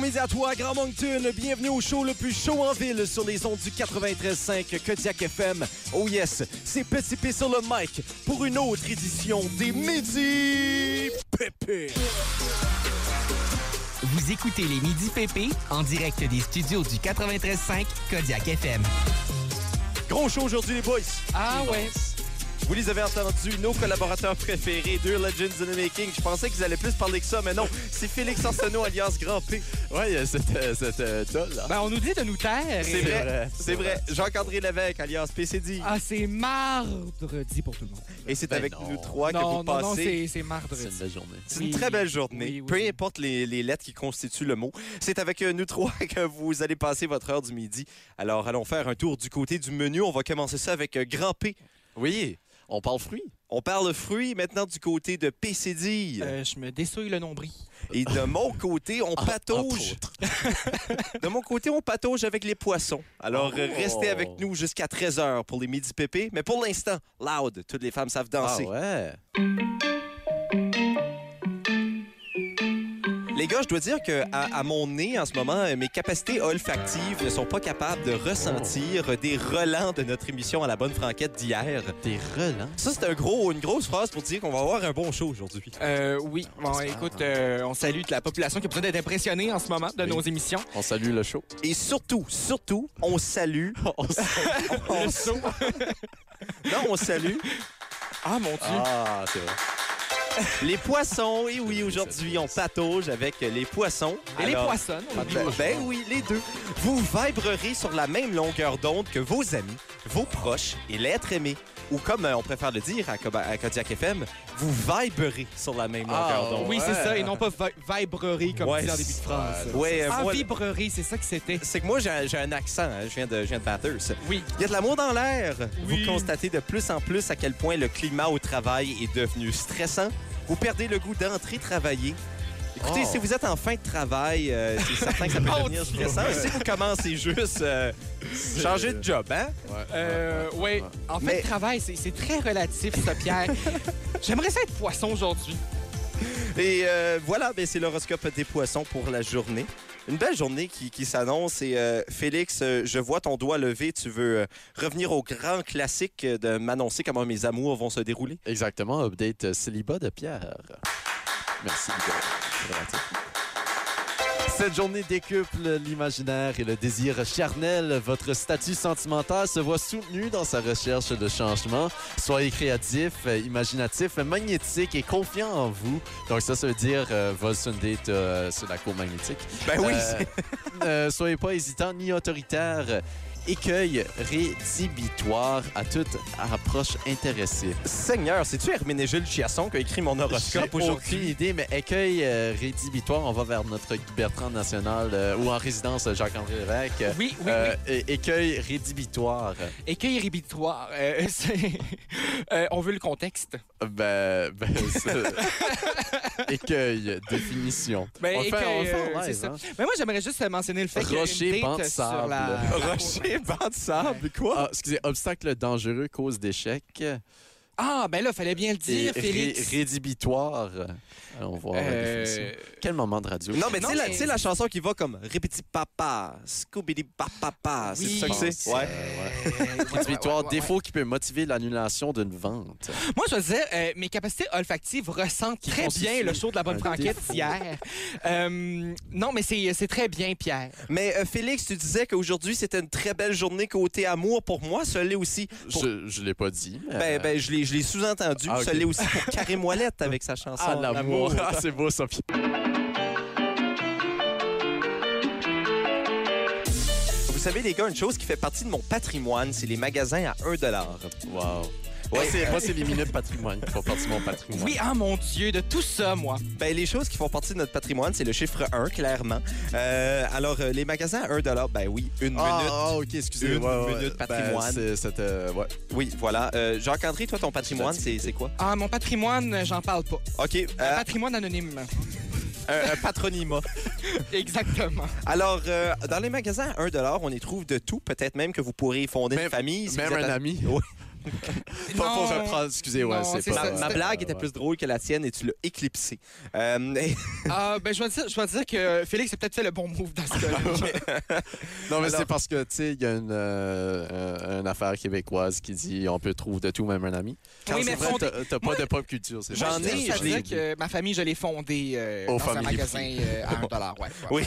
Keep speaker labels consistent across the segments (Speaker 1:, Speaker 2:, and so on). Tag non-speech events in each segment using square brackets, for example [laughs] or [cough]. Speaker 1: midi à toi, Grand Moncton. Bienvenue au show le plus chaud en ville sur les ondes du 93.5 Kodiak FM. Oh yes, c'est Petit P sur le mic pour une autre édition des Midi Pépé.
Speaker 2: Vous écoutez les Midi PP en direct des studios du 93.5 Kodiak FM.
Speaker 1: Gros show aujourd'hui, les boys.
Speaker 3: Ah ouais.
Speaker 1: Vous les avez entendus, nos collaborateurs préférés, deux Legends in the Making. Je pensais qu'ils allaient plus parler que ça, mais non, c'est Félix Arsenault alias Grand P.
Speaker 4: Ouais, c'était c'était toll, là.
Speaker 3: Ben, on nous dit de nous taire.
Speaker 1: C'est
Speaker 3: et-
Speaker 1: vrai, c'est vrai. Jacques-André Lévesque alias PCD.
Speaker 3: Ah, c'est mardi pour tout le monde.
Speaker 1: Et c'est
Speaker 4: Ben
Speaker 1: avec
Speaker 4: non.
Speaker 1: nous trois que
Speaker 3: non,
Speaker 1: vous
Speaker 3: non, non,
Speaker 1: passez.
Speaker 3: c'est c'est mardi.
Speaker 4: C'est une belle journée.
Speaker 1: C'est une
Speaker 3: Oui,
Speaker 1: très belle journée,
Speaker 3: oui, oui.
Speaker 1: peu importe les, les lettres qui constituent le mot. C'est avec euh, nous trois [laughs] que vous allez passer votre heure du midi. Alors, allons faire un tour du côté du menu. On va commencer ça avec euh, Grand P.
Speaker 4: Oui, on parle fruits.
Speaker 1: On parle fruits maintenant du côté de PCD.
Speaker 3: Euh, je me dessouille le nombril.
Speaker 1: Et de mon côté, on
Speaker 4: En-
Speaker 1: patauge.
Speaker 4: Ah, entre autres.
Speaker 1: [laughs] De mon côté, on patauge avec les poissons. Alors,
Speaker 4: Oh.
Speaker 1: euh, restez avec nous jusqu'à 13h pour les midi pépés. Mais pour l'instant, loud, toutes les femmes savent
Speaker 4: Ah
Speaker 1: danser.
Speaker 4: ouais.
Speaker 1: Les gars, je dois dire que à, à mon nez, en ce moment, euh, mes capacités olfactives ne sont pas capables de ressentir des relents de notre émission à la bonne franquette d'hier.
Speaker 4: Des relents.
Speaker 1: Ça, c'est un gros, une grosse phrase pour dire qu'on va avoir un bon show aujourd'hui.
Speaker 3: Euh, oui. Bon, écoute, euh, on salue de la population qui a besoin d'être impressionnée en ce moment de
Speaker 4: Oui.
Speaker 3: nos émissions.
Speaker 4: On salue le show.
Speaker 1: Et surtout, surtout, on
Speaker 3: [laughs]
Speaker 1: salue.
Speaker 4: On salue-
Speaker 1: [laughs] on- non, on salue
Speaker 3: Ah, mon Dieu.
Speaker 4: ah, c'est vrai.
Speaker 1: les poissons. Et oui, aujourd'hui, on patauge avec les poissons.
Speaker 3: Et les
Speaker 1: Alors,
Speaker 3: poissons. on oublie
Speaker 1: Ben,
Speaker 3: pas.
Speaker 1: ben oui, les deux. Vous vibrerez sur la même longueur d'onde que vos amis, vos proches et l'être aimé. Ou comme euh, on préfère le dire à, Coba- à Kodiak FM, vous vibrerez sur la même
Speaker 4: Ah,
Speaker 1: longueur d'onde.
Speaker 3: Oui,
Speaker 4: Ouais.
Speaker 3: c'est ça, et non pas vi- vibrerie comme
Speaker 1: Ouais,
Speaker 3: on disait en début de phrase.
Speaker 1: Ouais, euh,
Speaker 3: ah,
Speaker 1: moi,
Speaker 3: vibrerie, c'est ça que c'était.
Speaker 1: c'est que moi, j'ai un- j'ai un accent. hein. Je viens de, je viens de Bathurst.
Speaker 3: Oui.
Speaker 1: Il y a de l'amour dans l'air.
Speaker 3: Oui.
Speaker 1: Vous constatez de plus en plus à quel point le climat au travail est devenu stressant. Vous perdez le goût d'entrer travailler. Écoutez,
Speaker 4: Oh.
Speaker 1: si vous êtes en fin de travail, euh, c'est certain que ça peut
Speaker 3: Oh,
Speaker 1: devenir
Speaker 3: Dieu.
Speaker 1: stressant. Si vous commencez juste, euh, changez de job, hein?
Speaker 4: Ouais.
Speaker 3: Euh, ouais. En fait,
Speaker 1: Mais-
Speaker 3: le travail, c'est c'est très relatif, ça, Pierre. J'aimerais ça être poisson aujourd'hui.
Speaker 1: Et euh, voilà, ben, c'est l'horoscope des poissons pour la journée. Une belle journée qui, qui s'annonce. Et euh, Félix, euh, je vois ton doigt levé. Tu veux euh, revenir au grand classique euh, de m'annoncer comment mes amours vont se dérouler?
Speaker 4: Exactement, update euh, célibat de Pierre. Merci, Nicolas. C'est dramatique. Cette journée décuple l'imaginaire et le désir charnel. Votre statut sentimental se voit soutenu dans sa recherche de changement. Soyez créatif, euh, imaginatif, magnétique et confiant en vous. Donc ça, ça veut dire euh, Volsundate euh, sur la cour magnétique.
Speaker 1: Ben oui,
Speaker 4: Euh, euh, soyez pas hésitant ni autoritaire. Écueil rédhibitoire à toute approche intéressée.
Speaker 1: Seigneur, c'est-tu Herménégile Chiasson qui a écrit mon horoscope
Speaker 4: J'ai aucune
Speaker 1: aujourd'hui?
Speaker 4: idée, mais écueil euh, rédhibitoire, on va vers notre Bertrand National euh, ou en résidence euh, Jacques-André Lévesque. Euh,
Speaker 3: Oui, oui, oui.
Speaker 4: euh, é- écueil rédhibitoire.
Speaker 3: Et que irrébitoire, euh, [laughs] c'est- euh, on veut le contexte.
Speaker 4: Ben, ben
Speaker 3: [laughs]
Speaker 4: c'est- écueil, définition.
Speaker 3: Ben,
Speaker 4: on le fait, on le fait
Speaker 3: écueil,
Speaker 4: en
Speaker 3: euh,
Speaker 4: live,
Speaker 3: c'est ça.
Speaker 4: hein.
Speaker 3: Mais moi, j'aimerais juste mentionner le fait que
Speaker 4: Rocher, banc de
Speaker 3: euh,
Speaker 4: sable. [laughs]
Speaker 1: Rocher, banc de sable, quoi?
Speaker 4: Ah, excusez, obstacle dangereux, cause d'échec.
Speaker 3: Ah, ben là, fallait bien le
Speaker 4: Et
Speaker 3: dire,
Speaker 4: ré-
Speaker 3: Félix.
Speaker 4: rédhibitoire. Allons voir la
Speaker 3: Euh,
Speaker 4: définition. Quel moment de radio?
Speaker 1: Non, mais tu
Speaker 3: Non,
Speaker 1: sais la-
Speaker 3: mais-
Speaker 1: tu
Speaker 4: [laughs]
Speaker 1: sais la, chanson qui va comme Répétit papa, Scooby-Doo papa, Ah, c'est
Speaker 3: Oui.
Speaker 1: ça
Speaker 3: euh,
Speaker 1: que c'est?
Speaker 4: Ouais.
Speaker 3: Ouais,
Speaker 4: Rédhibitoire,
Speaker 3: ouais, ouais,
Speaker 4: défaut qui peut motiver l'annulation d'une vente.
Speaker 3: Moi, je veux dire, euh, mes capacités olfactives ressentent
Speaker 4: Qui
Speaker 3: très
Speaker 4: constituent
Speaker 3: bien le show de la bonne
Speaker 4: un
Speaker 3: franquette
Speaker 4: défaut.
Speaker 3: hier. Euh, non, mais c'est c'est très bien, Pierre.
Speaker 1: Mais euh, Félix, tu disais qu'aujourd'hui c'était une très belle journée côté amour pour moi, ça l'est aussi pour
Speaker 4: Je, je l'ai pas dit. mais-
Speaker 1: Ben, ben, je l'ai je l'ai sous-entendu.
Speaker 4: Euh. Ah, ok.
Speaker 1: Ça l'est aussi pour Karim Ouellette avec sa chanson.
Speaker 4: ah, l'amour. [laughs] Ah, c'est beau, Sophie.
Speaker 1: Vous savez, les gars, une chose qui fait partie de mon patrimoine, c'est les magasins à 1
Speaker 4: Wow. Moi, c'est- moi, c'est les minutes patrimoine qui font partie de mon patrimoine.
Speaker 3: Oui, ah mon Dieu, de tout ça, moi.
Speaker 1: Ben, les choses qui font partie de notre patrimoine, c'est le chiffre 1, clairement. Euh, alors, euh, les magasins à 1 ben oui, une
Speaker 4: Ah,
Speaker 1: minute.
Speaker 4: ah, ok, excusez.
Speaker 1: Une minute
Speaker 4: Ben,
Speaker 1: patrimoine.
Speaker 4: c'est- C'était. Ouais.
Speaker 1: Oui, voilà. Euh, Jacques-André, toi, ton patrimoine, c'est c'est quoi?
Speaker 3: Ah, mon patrimoine, j'en parle pas.
Speaker 1: OK, euh,
Speaker 3: Un Patrimoine
Speaker 4: [laughs]
Speaker 3: anonyme.
Speaker 1: un- un patronymat.
Speaker 3: Exactement.
Speaker 1: Alors, euh, dans les magasins à 1 on y trouve de tout. Peut-être même que vous pourrez y fonder
Speaker 4: Même-
Speaker 1: une famille. si
Speaker 4: Même
Speaker 1: vous êtes
Speaker 4: un
Speaker 1: à-
Speaker 4: ami.
Speaker 1: Ouais.
Speaker 4: Faut, faut
Speaker 3: Non.
Speaker 4: reprendre, excusez, ouais,
Speaker 3: Non,
Speaker 4: c'est
Speaker 3: c'est
Speaker 4: pas...
Speaker 1: Ma,
Speaker 3: ça,
Speaker 4: ouais,
Speaker 1: ma
Speaker 4: ouais,
Speaker 1: blague était
Speaker 4: ouais.
Speaker 1: plus drôle que la tienne et tu l'as éclipsée. Euh, et- [laughs]
Speaker 3: Ah, ben, je vais dire, je vais dire que Félix a peut-être fait le bon move dans ce cas-là.
Speaker 4: [laughs] Non, mais
Speaker 1: Alors-
Speaker 4: c'est parce que, tu sais, il y a une, euh, un- une affaire québécoise qui dit on peut trouver de tout, même un ami.
Speaker 1: Quand
Speaker 3: oui,
Speaker 1: c'est
Speaker 3: mais
Speaker 1: vrai,
Speaker 4: T'as
Speaker 3: fondé-
Speaker 4: t'as pas de pop culture, c'est
Speaker 1: J'en
Speaker 4: juste-
Speaker 1: ai,
Speaker 3: Ça
Speaker 1: je
Speaker 3: veut
Speaker 1: l'ai
Speaker 3: dire que ma famille, je l'ai fondée euh,
Speaker 4: Au
Speaker 3: dans un
Speaker 4: Family
Speaker 3: magasin
Speaker 4: Prix.
Speaker 3: euh, à 1 dollar, ouais.
Speaker 1: Oui.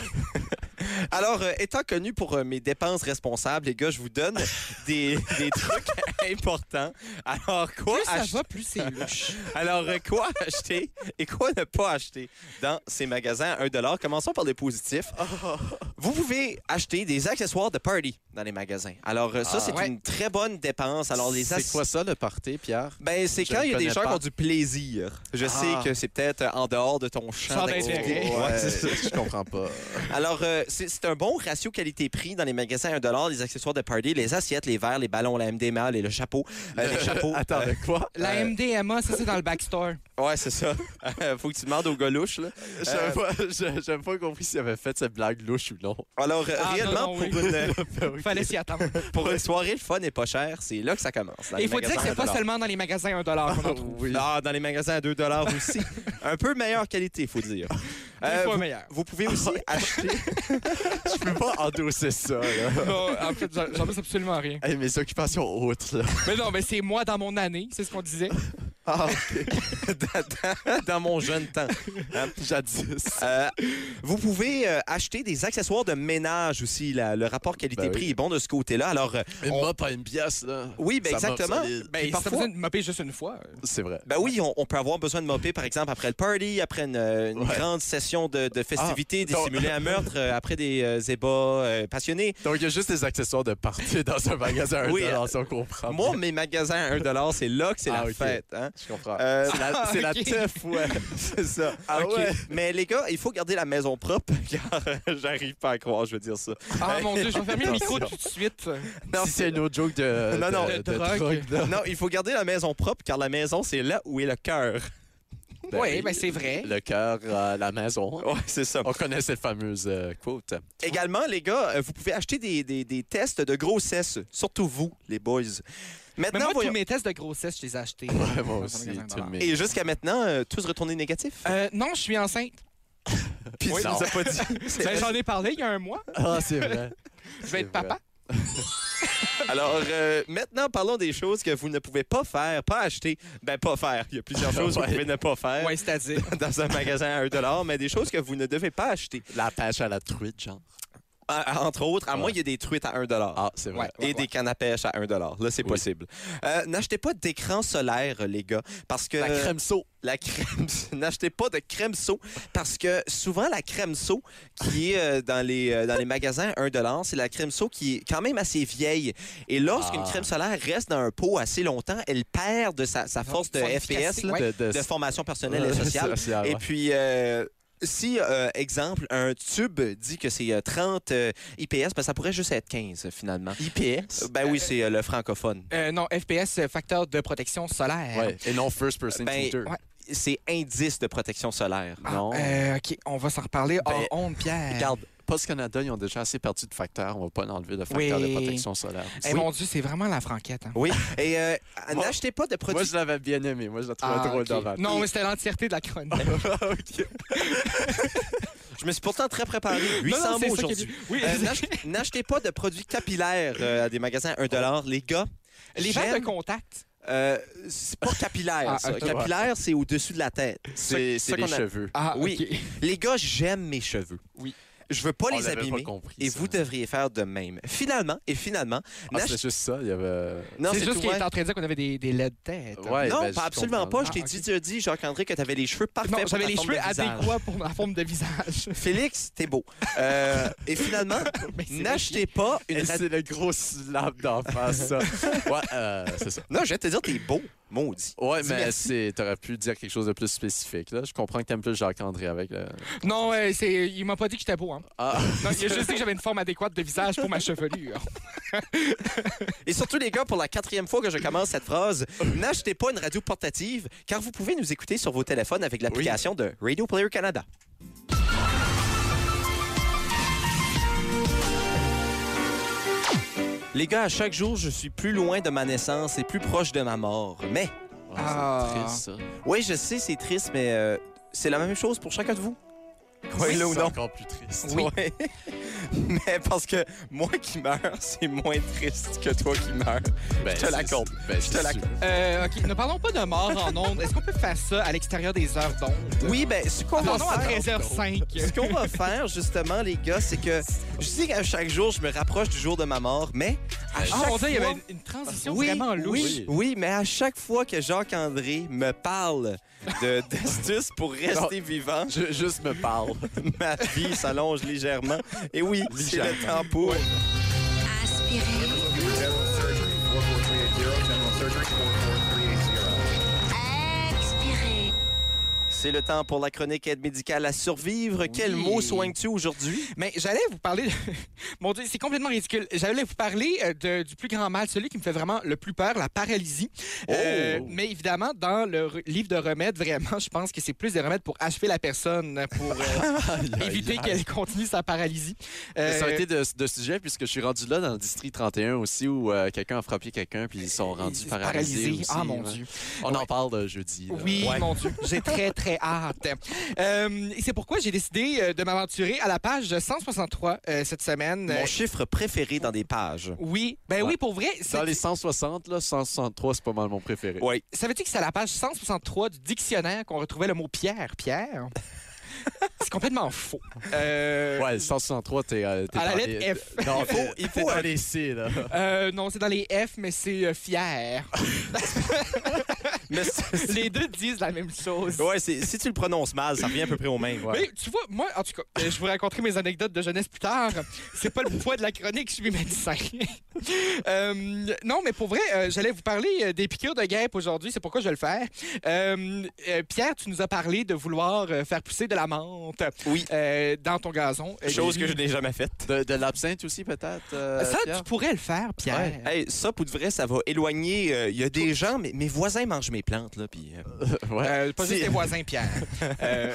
Speaker 1: Alors, euh, étant connu pour euh, mes dépenses responsables, les gars, je vous donne des, des trucs [laughs] importants. Alors, quoi
Speaker 3: Plus ça
Speaker 1: acheter?
Speaker 3: va, plus c'est louche.
Speaker 1: Alors, euh, quoi [laughs] acheter et quoi ne pas acheter dans ces magasins à 1 Commençons par les
Speaker 4: [laughs]
Speaker 1: positifs. Vous pouvez acheter des accessoires de party dans les magasins. Alors, euh, ça,
Speaker 4: Ah.
Speaker 1: c'est
Speaker 3: Ouais.
Speaker 1: une très bonne dépense. Alors, les
Speaker 4: C'est
Speaker 1: accessoires...
Speaker 4: quoi ça, le party, Pierre?
Speaker 1: Ben, c'est
Speaker 4: Je
Speaker 1: quand
Speaker 4: ne
Speaker 1: il y a des
Speaker 4: connais
Speaker 1: gens qui
Speaker 4: pas.
Speaker 1: ont du plaisir. Je
Speaker 4: Ah.
Speaker 1: sais que c'est peut-être euh, en dehors de ton champ
Speaker 3: Champ
Speaker 1: d'activité.
Speaker 3: d'intérêt.
Speaker 1: Ouais.
Speaker 4: c'est ça, je comprends pas.
Speaker 1: Alors, euh, c'est c'est un bon ratio qualité-prix dans les magasins à 1 les accessoires de party, les assiettes, les verres, les ballons, la MDMA, les, le chapeau. euh, les chapeaux.
Speaker 4: Attends,
Speaker 1: Euh,
Speaker 4: de quoi?
Speaker 3: La
Speaker 1: Euh,
Speaker 3: MDMA, ça, c'est dans le backstore.
Speaker 1: ouais, c'est ça. [laughs] Faut que tu demandes aux gars louches, là.
Speaker 4: [laughs] J'avais pas, je- j'avais pas compris s'il avait fait cette blague louche ou non.
Speaker 1: Alors, euh,
Speaker 3: Ah,
Speaker 1: réellement,
Speaker 3: non, non,
Speaker 1: pour,
Speaker 3: oui.
Speaker 1: une,
Speaker 3: [laughs]
Speaker 1: euh,
Speaker 3: Fallait s'y attendre.
Speaker 1: pour une soirée, le fun n'est pas cher. C'est là que ça commence. dans
Speaker 3: Et
Speaker 1: les
Speaker 3: il faut dire que
Speaker 1: magasins
Speaker 3: c'est pas
Speaker 1: 1
Speaker 3: seulement dans les magasins 1 dollar qu'on en trouve.
Speaker 4: Oui.
Speaker 1: Ah, dans les magasins à 2 aussi. un peu meilleure qualité, faut
Speaker 3: [laughs]
Speaker 1: dire.
Speaker 3: Des
Speaker 1: Euh,
Speaker 3: fois Ah,
Speaker 1: vous,
Speaker 3: meilleur. [laughs]
Speaker 1: vous pouvez aussi acheter...
Speaker 4: Je peux pas endosser ça, là.
Speaker 3: Non, en fait, j'en j'en pense absolument rien.
Speaker 4: [laughs] Hey, mes occupations autres, là. [laughs]
Speaker 3: Mais non, mais c'est moi dans mon année, c'est ce qu'on disait.
Speaker 4: Ah,
Speaker 1: [laughs] dans- dans mon jeune temps.
Speaker 4: jadis.
Speaker 1: Euh, vous pouvez euh, acheter des accessoires de ménage aussi. La- le rapport qualité-prix
Speaker 4: Ben oui.
Speaker 1: est bon de ce côté-là. Alors, euh,
Speaker 4: Une
Speaker 1: on-
Speaker 4: mop à une pièce, là.
Speaker 1: Oui, ben
Speaker 4: Ça mop
Speaker 1: exactement.
Speaker 4: solide.
Speaker 1: Et parfois-
Speaker 3: Ben, parfois... besoin de mopper juste une fois.
Speaker 4: C'est vrai.
Speaker 1: ben oui, on, on peut avoir besoin de mopper, par exemple, après le party, après une, euh, une
Speaker 4: Ouais. Ah.
Speaker 1: grande session de, de festivités, des
Speaker 4: donc-
Speaker 1: simulés à meurtre, euh, après des euh, ébats euh, passionnés.
Speaker 4: Donc, il y a juste des accessoires de party dans un magasin à
Speaker 1: Oui,
Speaker 4: 1$,
Speaker 1: euh,
Speaker 4: si on comprend.
Speaker 1: Moi, mes magasins à 1 c'est là que c'est
Speaker 4: Ah,
Speaker 1: la
Speaker 4: ok.
Speaker 1: fête. hein.
Speaker 4: [laughs] je comprends.
Speaker 1: Euh,
Speaker 4: c'est la,
Speaker 1: [laughs]
Speaker 4: c'est la
Speaker 3: ok.
Speaker 4: teuf, ouais.
Speaker 1: c'est ça.
Speaker 4: Ah
Speaker 1: Ok.
Speaker 4: ouais. [laughs]
Speaker 1: Mais les gars, il faut garder la maison propre, [laughs] car j'arrive pas à croire, je veux dire ça.
Speaker 3: Ah mon dieu, je vais fermer le micro
Speaker 4: Attention.
Speaker 3: tout de suite. euh,
Speaker 1: Non,
Speaker 4: si c'est une autre joke de,
Speaker 1: Non,
Speaker 4: de-
Speaker 1: non.
Speaker 4: Oh, de,
Speaker 3: De drogue.
Speaker 4: là.
Speaker 1: Non, il faut garder la maison propre, car la maison, c'est là où est le cœur.
Speaker 4: Ben
Speaker 3: oui, ben c'est vrai.
Speaker 4: Le cœur à la maison.
Speaker 1: Ouais, c'est ça.
Speaker 4: On connaît cette fameuse euh, quote.
Speaker 1: Également, les gars, euh, vous pouvez acheter des, des- des tests de grossesse, surtout vous, les boys.
Speaker 3: Mais
Speaker 1: Maintenant,
Speaker 3: moi,
Speaker 1: voyons-
Speaker 3: tous mes tests de grossesse, je les ai achetés. euh,
Speaker 4: Ouais, moi
Speaker 3: dans un
Speaker 4: aussi,
Speaker 3: magasin
Speaker 4: tu
Speaker 3: dollar.
Speaker 4: me
Speaker 1: Et jusqu'à maintenant, euh, tous retournés négatifs.
Speaker 3: Euh, non, je suis enceinte.
Speaker 1: Puis
Speaker 4: oui,
Speaker 1: tu
Speaker 4: non.
Speaker 1: nous as pas
Speaker 3: [laughs]
Speaker 1: dit.
Speaker 3: Ben, j'en ai parlé il y a un mois.
Speaker 4: Ah, c'est vrai.
Speaker 3: Je vais être papa.
Speaker 1: Alors, euh, maintenant, parlons des choses que vous ne pouvez pas faire, pas acheter. Ben, pas faire. Il y a
Speaker 3: [laughs]
Speaker 1: plusieurs choses que vous
Speaker 4: Ouais.
Speaker 1: pouvez ne pas faire
Speaker 3: Ouais, c'est-à-dire.
Speaker 1: [laughs] dans un magasin à 1 mais des choses que vous ne devez pas acheter.
Speaker 4: La pêche à la truite, genre.
Speaker 1: À- à- entre autres, à
Speaker 4: Ouais.
Speaker 1: moins il y ait des truites à 1
Speaker 4: Ah, c'est vrai.
Speaker 3: Ouais.
Speaker 1: et des cannes à pêche à 1 Là, c'est
Speaker 4: Oui.
Speaker 1: possible. Euh, N'achetez pas d'écran solaire, les gars, parce que...
Speaker 4: La crème saut.
Speaker 1: La crème, [laughs] n'achetez pas de crème saut parce que souvent la crème saut qui est euh, dans les euh, dans les magasins à 1 c'est la crème saut qui est quand même assez vieille et lorsqu'une
Speaker 4: Ah.
Speaker 1: crème solaire reste dans un pot assez longtemps, elle perd de sa, sa force de
Speaker 3: Son
Speaker 1: FPS
Speaker 3: efficacité,
Speaker 1: là,
Speaker 3: ouais.
Speaker 4: De, de-
Speaker 1: de formation personnelle et
Speaker 4: [laughs] Ouais,
Speaker 1: sociale.
Speaker 4: social,
Speaker 3: Ah,
Speaker 1: Et
Speaker 4: ouais.
Speaker 1: puis euh, si, euh, exemple, un tube dit que c'est euh, 30 euh, IPS, ben, ça pourrait juste être 15 finalement.
Speaker 4: IPS.
Speaker 1: Ben oui, c'est euh, le francophone.
Speaker 3: Euh, non, FPS, euh, facteur de protection solaire.
Speaker 4: Ouais. Et non first person
Speaker 1: Ben,
Speaker 4: shooter.
Speaker 3: ouais.
Speaker 1: C'est indice de protection solaire.
Speaker 3: Ah,
Speaker 4: Non.
Speaker 3: euh, OK, on va s'en reparler
Speaker 4: Ben,
Speaker 3: hors onde, Pierre.
Speaker 4: Regarde, Post Canada, ils ont déjà assez perdu de facteurs. On va pas l'enlever de facteurs
Speaker 3: Oui.
Speaker 4: de protection solaire.
Speaker 3: Eh,
Speaker 4: Oui.
Speaker 3: mon Dieu, c'est vraiment la franquette. hein.
Speaker 1: Oui. Et euh,
Speaker 4: Moi-
Speaker 1: n'achetez pas de produits
Speaker 4: Moi,
Speaker 3: [laughs]
Speaker 4: je l'avais bien aimé. Moi, je la trouvais
Speaker 3: Ah,
Speaker 4: drôle
Speaker 3: ok.
Speaker 4: d'avant.
Speaker 3: Non, mais c'était l'entièreté de la chronique.
Speaker 1: Je me suis pourtant très préparé. 800
Speaker 3: Non, non, c'est
Speaker 1: mots
Speaker 3: ça qui est
Speaker 1: aujourd'hui.
Speaker 3: bien. Oui,
Speaker 1: Euh, n'ach- N'achetez pas de produits capillaires euh, à des magasins à 1 Les gars,
Speaker 3: [laughs] les
Speaker 1: j'aime-
Speaker 3: verres de contact.
Speaker 1: euh, c'est pas capillaire,
Speaker 3: Ah,
Speaker 1: ça.
Speaker 3: ok.
Speaker 1: Capillaire, c'est au-dessus de la tête.
Speaker 4: C'est
Speaker 1: ça
Speaker 4: c'est les
Speaker 1: qu'on a-
Speaker 4: cheveux.
Speaker 3: Ah,
Speaker 1: oui.
Speaker 3: ok.
Speaker 1: Les gars, j'aime mes cheveux.
Speaker 3: Oui.
Speaker 1: Je veux pas
Speaker 4: On
Speaker 1: les
Speaker 4: l'avait
Speaker 1: abîmer.
Speaker 4: Pas compris,
Speaker 1: et
Speaker 4: ça.
Speaker 1: vous devriez faire de même. Finalement, et finalement,
Speaker 4: Ah,
Speaker 1: n'ach-
Speaker 4: c'est juste ça. Il y avait.
Speaker 1: non,
Speaker 3: C'est juste
Speaker 1: tout,
Speaker 3: qu'il
Speaker 1: ouais.
Speaker 3: est en train de dire qu'on avait des, des LED têtes.
Speaker 4: Ouais,
Speaker 1: Non,
Speaker 4: ben,
Speaker 1: pas
Speaker 4: je
Speaker 1: absolument
Speaker 4: comprends.
Speaker 1: pas. Je t'ai
Speaker 3: Ah,
Speaker 1: dit,
Speaker 3: ok.
Speaker 1: tu as dit, Jacques-André, que t'avais les cheveux parfaits.
Speaker 3: Non,
Speaker 1: pour
Speaker 3: j'avais
Speaker 1: ta
Speaker 3: les
Speaker 1: forme
Speaker 3: cheveux
Speaker 1: de visage.
Speaker 3: adéquats pour ma forme de visage.
Speaker 1: [laughs]
Speaker 3: [laughs]
Speaker 1: Félix, t'es beau. Euh, et finalement,
Speaker 3: Mais c'est
Speaker 1: n'achetez pas une
Speaker 4: Et
Speaker 1: rad-
Speaker 4: c'est le gros syllabe d'en
Speaker 1: [laughs]
Speaker 4: face, ça. Ouais, euh, c'est ça.
Speaker 1: Non, je vais te dire, t'es beau, maudit.
Speaker 4: Ouais,
Speaker 1: Dis
Speaker 4: mais
Speaker 1: merci.
Speaker 4: c'est, t'aurais pu dire quelque chose de plus spécifique. Là. Je comprends que t'aimes plus Jacques-André avec le...
Speaker 3: vrai. Non, euh, c'est- il m'a pas dit que j'étais beau. Hein.
Speaker 4: Ah,
Speaker 3: Non, il a juste dit que j'avais une forme adéquate de visage pour ma chevelure.
Speaker 1: Et surtout, les gars, pour la quatrième fois que je commence cette [laughs] phrase, n'achetez pas une radio portative, car vous pouvez nous écouter sur vos téléphones avec l'application de Radio Player Canada. Les gars, à chaque jour, je suis plus loin de ma naissance et plus proche de ma mort. Mais,
Speaker 4: Ouais,
Speaker 3: Ah.
Speaker 4: C'est triste, ça.
Speaker 1: oui, je sais, c'est triste, mais euh, c'est la même chose pour chacun de vous. Croyez-le ou
Speaker 4: C'est
Speaker 1: [laughs] non.
Speaker 4: encore plus triste.
Speaker 1: Ouais. [laughs] mais parce que moi qui meurs, c'est moins triste que toi qui meurs.
Speaker 4: Ben,
Speaker 1: Je te la
Speaker 4: c'est-
Speaker 1: compte.
Speaker 4: ben,
Speaker 1: Je te
Speaker 4: c'est
Speaker 1: la
Speaker 4: sûr.
Speaker 3: Euh, OK, ne parlons pas de mort en ondes. Est-ce qu'on peut faire ça à l'extérieur des heures d'ondes?
Speaker 1: Oui, ben, ce qu'on va
Speaker 3: Parlons à
Speaker 1: faire-
Speaker 3: 13h05.
Speaker 1: Ce qu'on va faire, justement, les gars, c'est que je dis qu'à chaque jour, je me rapproche du jour de ma mort, mais à chaque
Speaker 3: Ah, on dirait qu'il y
Speaker 1: fois-
Speaker 3: avait une transition
Speaker 1: Oui,
Speaker 3: vraiment louche.
Speaker 1: oui, oui, mais à chaque fois que Jacques-André me parle
Speaker 3: [laughs]
Speaker 1: de- d'astuces pour rester vivant,
Speaker 4: Je- juste me parle.
Speaker 1: ma vie s'allonge légèrement. Et oui, c'est le temps pour...
Speaker 5: Aspirer,
Speaker 6: General surgery, 44380, general surgery, 44380.
Speaker 5: expirer,
Speaker 1: C'est le temps pour la chronique aide médicale à survivre. Quel mot soignes-tu aujourd'hui?
Speaker 3: Mais j'allais vous parler. de- [laughs] Mon Dieu, c'est complètement ridicule. J'allais vous parler euh, de- du plus grand mal, celui qui me fait vraiment le plus peur, la paralysie. Euh, mais évidemment, dans le re- livre de remèdes, vraiment, je pense que c'est plus des remèdes pour achever la personne, pour euh, éviter qu'elle continue sa paralysie. Euh,
Speaker 4: Ça a été de, de sujet puisque je suis rendu là dans le district 31 aussi où euh, quelqu'un a frappé quelqu'un puis ils sont
Speaker 1: Euh,
Speaker 4: rendus
Speaker 3: c'est
Speaker 4: paralysés.
Speaker 3: paralysé.
Speaker 4: aussi,
Speaker 3: ah mon
Speaker 4: ouais.
Speaker 3: Dieu.
Speaker 4: On en
Speaker 3: Ouais.
Speaker 4: parle euh, jeudi. là.
Speaker 3: Oui, mon Dieu, [laughs] j'ai très, très hâte. Euh, et c'est pourquoi j'ai décidé euh, de m'aventurer à la page 163 euh, cette semaine. Euh,
Speaker 1: Mon chiffre préféré dans des pages.
Speaker 3: oui, ben
Speaker 4: Ouais.
Speaker 3: oui, pour vrai. c'est-
Speaker 4: Dans les 160, là, 163, c'est pas mal mon préféré.
Speaker 1: Oui.
Speaker 3: Savais-tu que c'est à la page 163 du dictionnaire qu'on retrouvait le mot Pierre, Pierre? c'est complètement faux. Euh,
Speaker 4: Ouais, le 163, t'es. euh, t'es
Speaker 3: À la
Speaker 4: dans
Speaker 3: lettre
Speaker 4: les-
Speaker 3: F.
Speaker 4: Non,
Speaker 1: Il faut- il
Speaker 4: t'es
Speaker 1: faut
Speaker 4: dans
Speaker 1: un-
Speaker 4: les C, là.
Speaker 3: euh, non, c'est dans les F, mais c'est euh, fier.
Speaker 1: Mais
Speaker 3: [laughs]
Speaker 1: c'est-
Speaker 3: les deux disent la même chose.
Speaker 1: ouais, c'est- si tu le prononces mal, ça revient à peu près au même.
Speaker 3: Mais tu vois, moi, en tout cas, euh, je vous raconterai mes anecdotes de jeunesse plus tard. C'est pas le poids de la chronique, je suis médecin. [laughs] Euh, non, mais pour vrai, euh, j'allais vous parler euh, des piqûres de guêpe aujourd'hui, c'est pourquoi je vais le faire. Euh, euh, Pierre, tu nous as parlé de vouloir euh, faire pousser de la menthe
Speaker 1: Oui.
Speaker 3: euh, dans ton gazon. Euh,
Speaker 1: Chose que
Speaker 3: Lily,
Speaker 1: je n'ai jamais faite.
Speaker 4: De, de l'absinthe aussi, peut-être. euh,
Speaker 3: Ça,
Speaker 4: Pierre?
Speaker 3: tu pourrais le faire, Pierre.
Speaker 1: Hey, ça, pour de vrai, ça va éloigner. euh, Il y a des gens, mais mes voisins mangent mes plantes, là, puis... euh,
Speaker 4: Ouais.
Speaker 3: Euh, pas juste
Speaker 1: C'est-
Speaker 3: tes voisins, Pierre.
Speaker 1: [laughs]
Speaker 3: Euh,